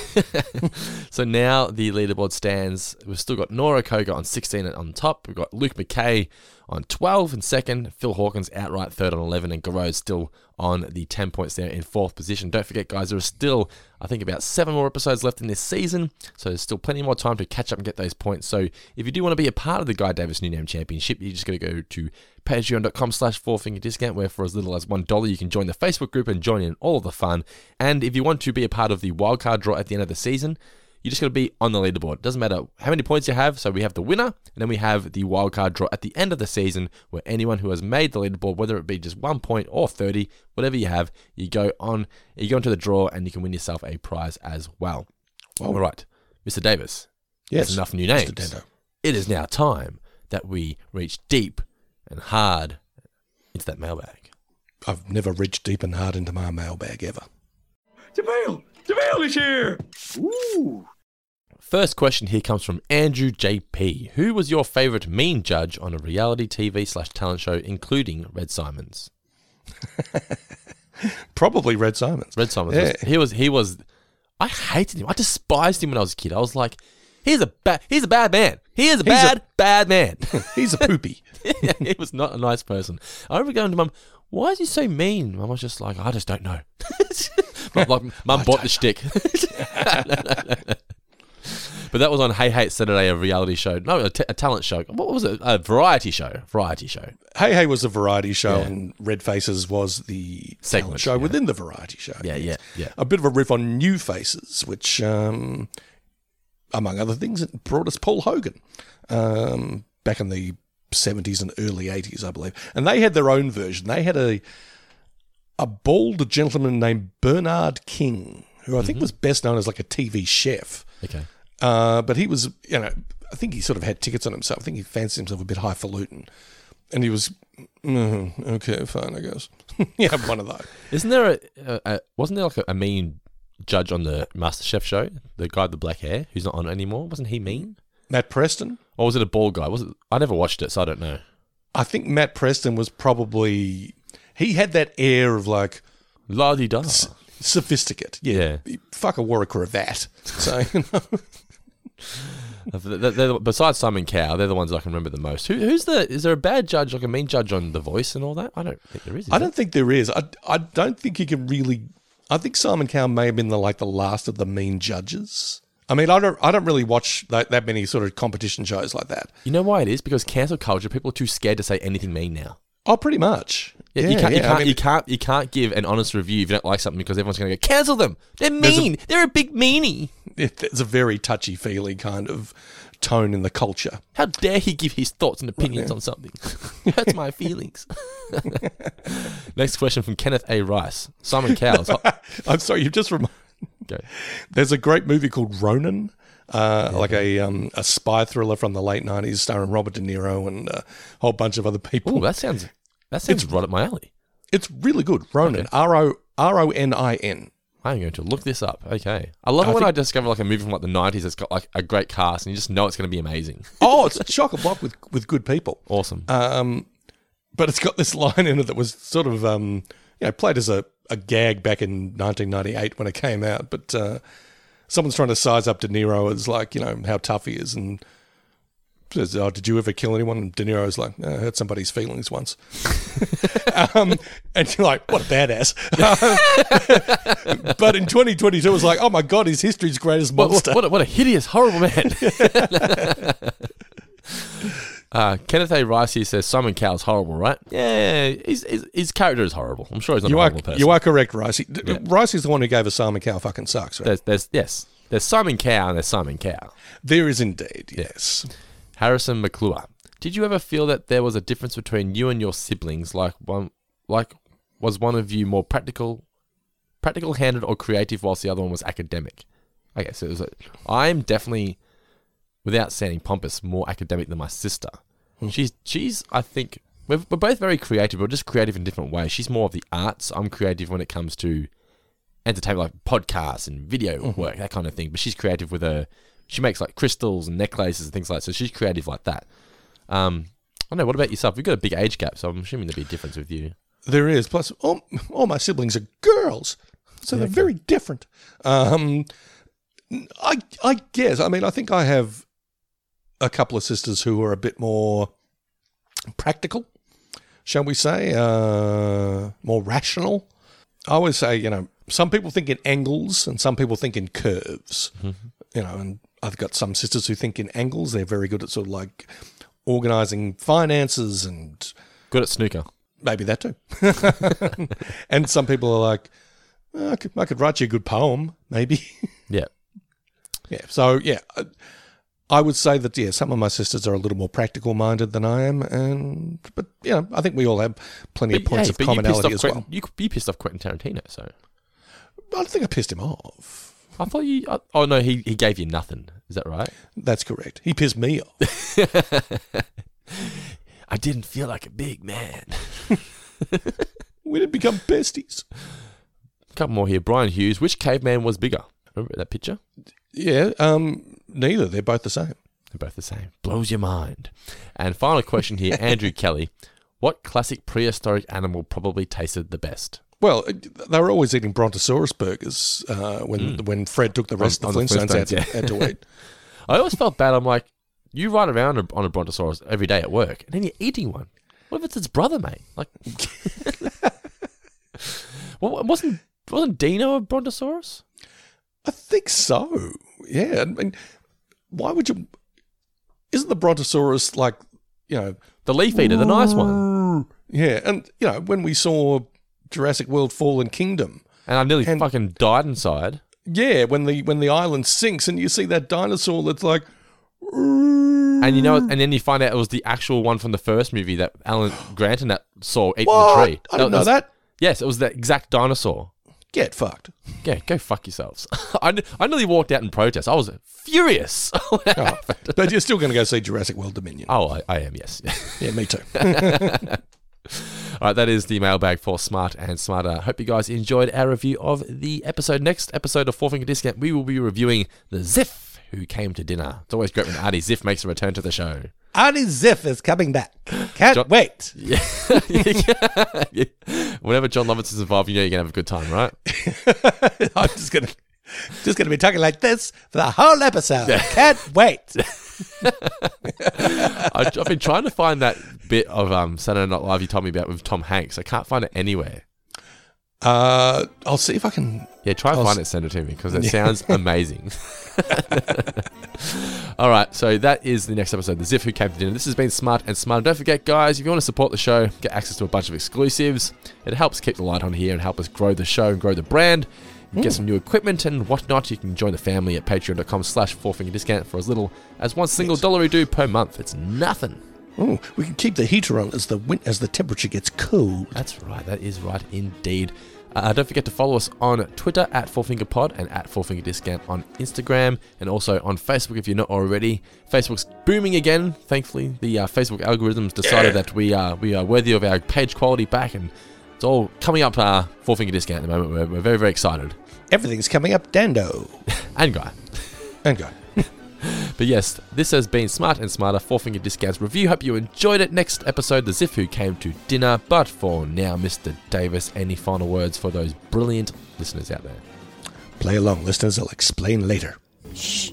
D: So now the leaderboard stands. We've still got Nora Koga on 16 on top. We've got Luke McKay on 12 in second. Phil Hawkins outright third on 11. And Garode still on the 10 points there in fourth position. Don't forget, guys, there are still, I think, about seven more episodes left in this season. So there's still plenty more time to catch up and get those points. So if you do want to be a part of the Guy Davis New Name Championship, you just got to go to patreon.com slash fourfinger discount where for as little as $1 you can join the Facebook group and join in all of the fun. And if you want to be a part of the wildcard draw at the end of the season, you just got to be on the leaderboard. Doesn't matter how many points you have. So we have the winner, and then we have the wildcard draw at the end of the season, where anyone who has made the leaderboard, whether it be just one point or thirty, whatever you have, you go on, you go into the draw, and you can win yourself a prize as well. All right, Mr. Davis.
E: Yes,
D: that's enough new names.
E: Mr. Dendo.
D: It is now time that we reach deep and hard into that mailbag.
E: I've never reached deep and hard into my mailbag ever.
F: The mail! The mail is here! Ooh!
D: First question here comes from Andrew JP. Who was your favourite mean judge on a reality TV slash talent show, including Red Simons?
E: Probably Red Simons.
D: Red Simons.
E: Yeah.
D: Was, he was. He was. I hated him. I despised him when I was a kid. I was like, he's a bad. He's a bad man. He is a
E: He's a-
D: bad, bad man.
E: He's a poopy.
D: he was not a nice person. I remember going to mum. Why is he so mean? Mum was just like, I just don't know. Mum, like, mum bought the shtick. But that was on Hey Hate Saturday, a reality show. No, a ta- a talent show. What was it? A variety show. Variety show.
E: Hey Hey was a variety show,
D: Yeah.
E: and Red Faces was the
D: Segment,
E: talent show within the variety show.
D: Yeah, yeah, yeah.
E: A bit of a riff on New Faces, which, um, among other things, it brought us Paul Hogan um, back in the 70s and early 80s, I believe. And they had their own version. They had a a bald gentleman named Bernard King, who I think was best known as like a TV chef.
D: Okay.
E: Uh, but he was, you know, I think he sort of had tickets on himself. I think he fancied himself a bit highfalutin. And he was, "Mm, okay, fine, I guess. yeah, one of those.
D: Isn't there a, a, a wasn't there like a, a mean judge on the MasterChef show? The guy with the black hair who's not on anymore. Wasn't he mean?
E: Matt Preston.
D: Or was it a bald guy? Was it? I never watched it, so I don't know.
E: I think Matt Preston was probably, he had that air of like
D: La di da.
E: sophisticate. Yeah.
D: Yeah.
E: He fucker wore a cravat. So, you know.
D: Th- th- they're the- Besides Simon Cow, they're the ones I can remember the most. Who, who's the? Is there a bad judge, like a mean judge on The Voice and all that? I don't think there is. is
E: I don't think there is. I, I don't think you can really. I think Simon Cowell may have been the like the last of the mean judges. I mean, I don't. I don't really watch that, that many sort of competition shows like that.
D: there? You know why it is? Because cancel culture. People are too scared to say anything mean now.
E: Oh, pretty much.
D: Yeah, you can't, you,
E: I
D: can't,
E: mean,
D: you can't, you can't give an honest review if you don't like something because everyone's going to go cancel them. They're
E: There's a-
D: mean. They're a big meanie.
E: it- it's a very touchy feely kind of tone in the culture.
D: How dare he give his thoughts and opinions on something? It hurts my feelings. Next question from Kenneth A. Rice. Simon Cowell's hot.
E: I'm sorry, you've just reminded.
D: Go.
E: There's a great movie called Ronin, uh, like a um, a spy thriller from the late '90s, starring Robert De Niro and a whole bunch of other people.
D: Ooh, that sounds that sounds right up my alley.
E: It's really good. Ronin, R O R O N I N.
D: I'm going to look this up. Okay. I love
E: I
D: it when
E: think-
D: I discover like a movie from like the 90s that's got like a great cast and you just know it's going to be amazing.
E: Oh, it's chock a block with with good people.
D: Awesome.
E: Um, but it's got this line in it that was sort of um, you know, played as a, a gag back in 1998 when it came out. But uh, someone's trying to size up De Niro as like you know how tough he is, and says, "Oh, did you ever kill anyone?" And De Niro's like, "No, "I hurt somebody's feelings once," um, and you're like, "What a badass!" but in 2022, it was like, "Oh my god, he's history's greatest
D: What,
E: monster."
D: what, what, a, what a hideous, horrible man. Uh, Kenneth A. Rice here says Simon Cowell's horrible, right? Yeah, his, his, his character is horrible. I'm sure he's not
E: you
D: a
E: are
D: horrible person.
E: you are correct, Ricey. D- Ricey's the one who gave us Simon Cow fucking sucks, right?
D: There's, there's yes, there's Simon Cow and there's Simon Cow.
E: There is indeed, yes.
D: Harrison McClure. Did you ever feel that there was a difference between you and your siblings? Like one, like was one of you more practical, practical-handed or creative, whilst the other one was academic? Okay, so it was like, I'm definitely, without sounding pompous, more academic than my sister. She's she's I think we're, we're both very creative, but just creative in different ways. She's more of the arts. I'm creative when it comes to entertainment, like podcasts and video
E: Mhm.
D: work, that kind of thing. But she's creative with her. She makes like crystals and necklaces and things like that. So she's creative like that. Um, I don't know. What about yourself? We've got a big age gap, so I'm assuming there'd be a difference with you.
E: There is. Plus, all, all my siblings are girls, so they're very different. Um, I I guess. I mean, I think I have a couple of sisters who are a bit more practical, shall we say, uh, more rational. I always say, you know, some people think in angles and some people think in curves. You know, and I've got some sisters who think in angles. They're very good at sort of like organizing finances and
D: good at snooker.
E: Maybe that too. and some people are like, "Oh, I, could, I could write you a good poem, maybe.
D: Yeah.
E: Yeah. So yeah, I- I would say that yeah, some of my sisters are a little more practical minded than I am, and but you know, I think we all have plenty of points
D: hey,
E: of
D: but you pissed
E: commonality
D: off
E: as
D: Quentin-
E: well.
D: You, you pissed off Quentin Tarantino, so
E: I don't think I pissed him off.
D: I thought you. I, oh no, he he gave you nothing. Is that right?
E: That's correct. He pissed me off.
D: I didn't feel like a big man.
E: we didn't become besties.
D: A couple more here. Brian Hughes. Which caveman was bigger? Remember that picture?
E: Yeah. Um. Neither. They're both the same.
D: They're both the same. Blows your mind. And final question here, Andrew Kelly. What classic prehistoric animal probably tasted the best?
E: Well, they were always eating Brontosaurus burgers uh, when when Fred took the rest of
D: Hmm.
E: the
D: On- on
E: Flintstones, out, to,
D: yeah.
E: out to eat.
D: I always felt bad. I'm like, you ride around on a- on a brontosaurus every day at work, and then you're eating one. What if it's its brother, mate? Like, well, wasn't wasn't Dino a brontosaurus?
E: I think so. Yeah. I mean, why would you? Isn't the Brontosaurus like you know
D: the leaf eater, the nice one?
E: Yeah, and you know when we saw Jurassic World: Fallen Kingdom,
D: and I nearly fucking died inside.
E: Yeah, when the when the island sinks and you see that dinosaur that's like
D: And you know, and then you find out it was the actual one from the first movie that Alan Grant and that saw eating
E: What?
D: the tree.
E: I didn't know
D: was-
E: that.
D: Yes, it was the exact dinosaur.
E: Get fucked.
D: Yeah, go fuck yourselves. I, kn- I nearly walked out in protest. I was furious.
E: Oh, but you're still going to go see Jurassic World Dominion.
D: Oh, I, I am. Yes.
E: yeah, me too.
D: All right, that is the mailbag for Smart and Smarter. Hope you guys enjoyed our review of the episode. Next episode of Four Finger Discount, we will be reviewing the Ziff who came to dinner. It's always great when Artie Ziff makes a return to the show.
E: Artie Ziff is coming back. Can't wait.
D: Yeah. Whenever John Lovitz is involved, you know you're gonna have a good time, right?
E: I'm just gonna just gonna be talking like this for the whole episode. Can't wait.
D: I, I've been trying to find that bit of um, Saturday Night Live you told me about with Tom Hanks. I can't find it anywhere.
E: Uh, I'll see if I can.
D: Yeah, try and
E: I'll
D: find
E: s-
D: it. Send it to me because it
E: Yeah.
D: sounds amazing. All right, so that is the next episode, The Ziff Who Came to Dinner. This has been Smart and Smarter. Don't forget, guys, if you want to support the show, get access to a bunch of exclusives. It helps keep the light on here and help us grow the show and grow the brand. You Get
E: Mm.
D: some new equipment and whatnot. You can join the family at patreon.com slash fourfingerdiscount for as little as one single dollar we do per month. It's nothing.
E: Ooh, we can keep the heater on as the win- as the temperature gets cold.
D: That's right. That is right indeed. Uh, don't forget to follow us on Twitter at FourFingerPod and at FourFingerDiscount on Instagram and also on Facebook if you're not already. Facebook's booming again. Thankfully, the uh, Facebook algorithms decided
H: Yeah.
D: that we are we are worthy of our page quality back, and it's all coming up. Uh, Four Finger Discount at the moment. We're, we're very very excited.
E: Everything's coming up, Dando
D: and Guy.
E: And Guy.
D: But yes, this has been Smart and Smarter Four Finger Discounts review. Hope you enjoyed it. Next episode, the Ziff who came to dinner. But for now, Mr. Davis, any final words for those brilliant listeners out there?
E: Play along, listeners. I'll explain later.
D: Shh.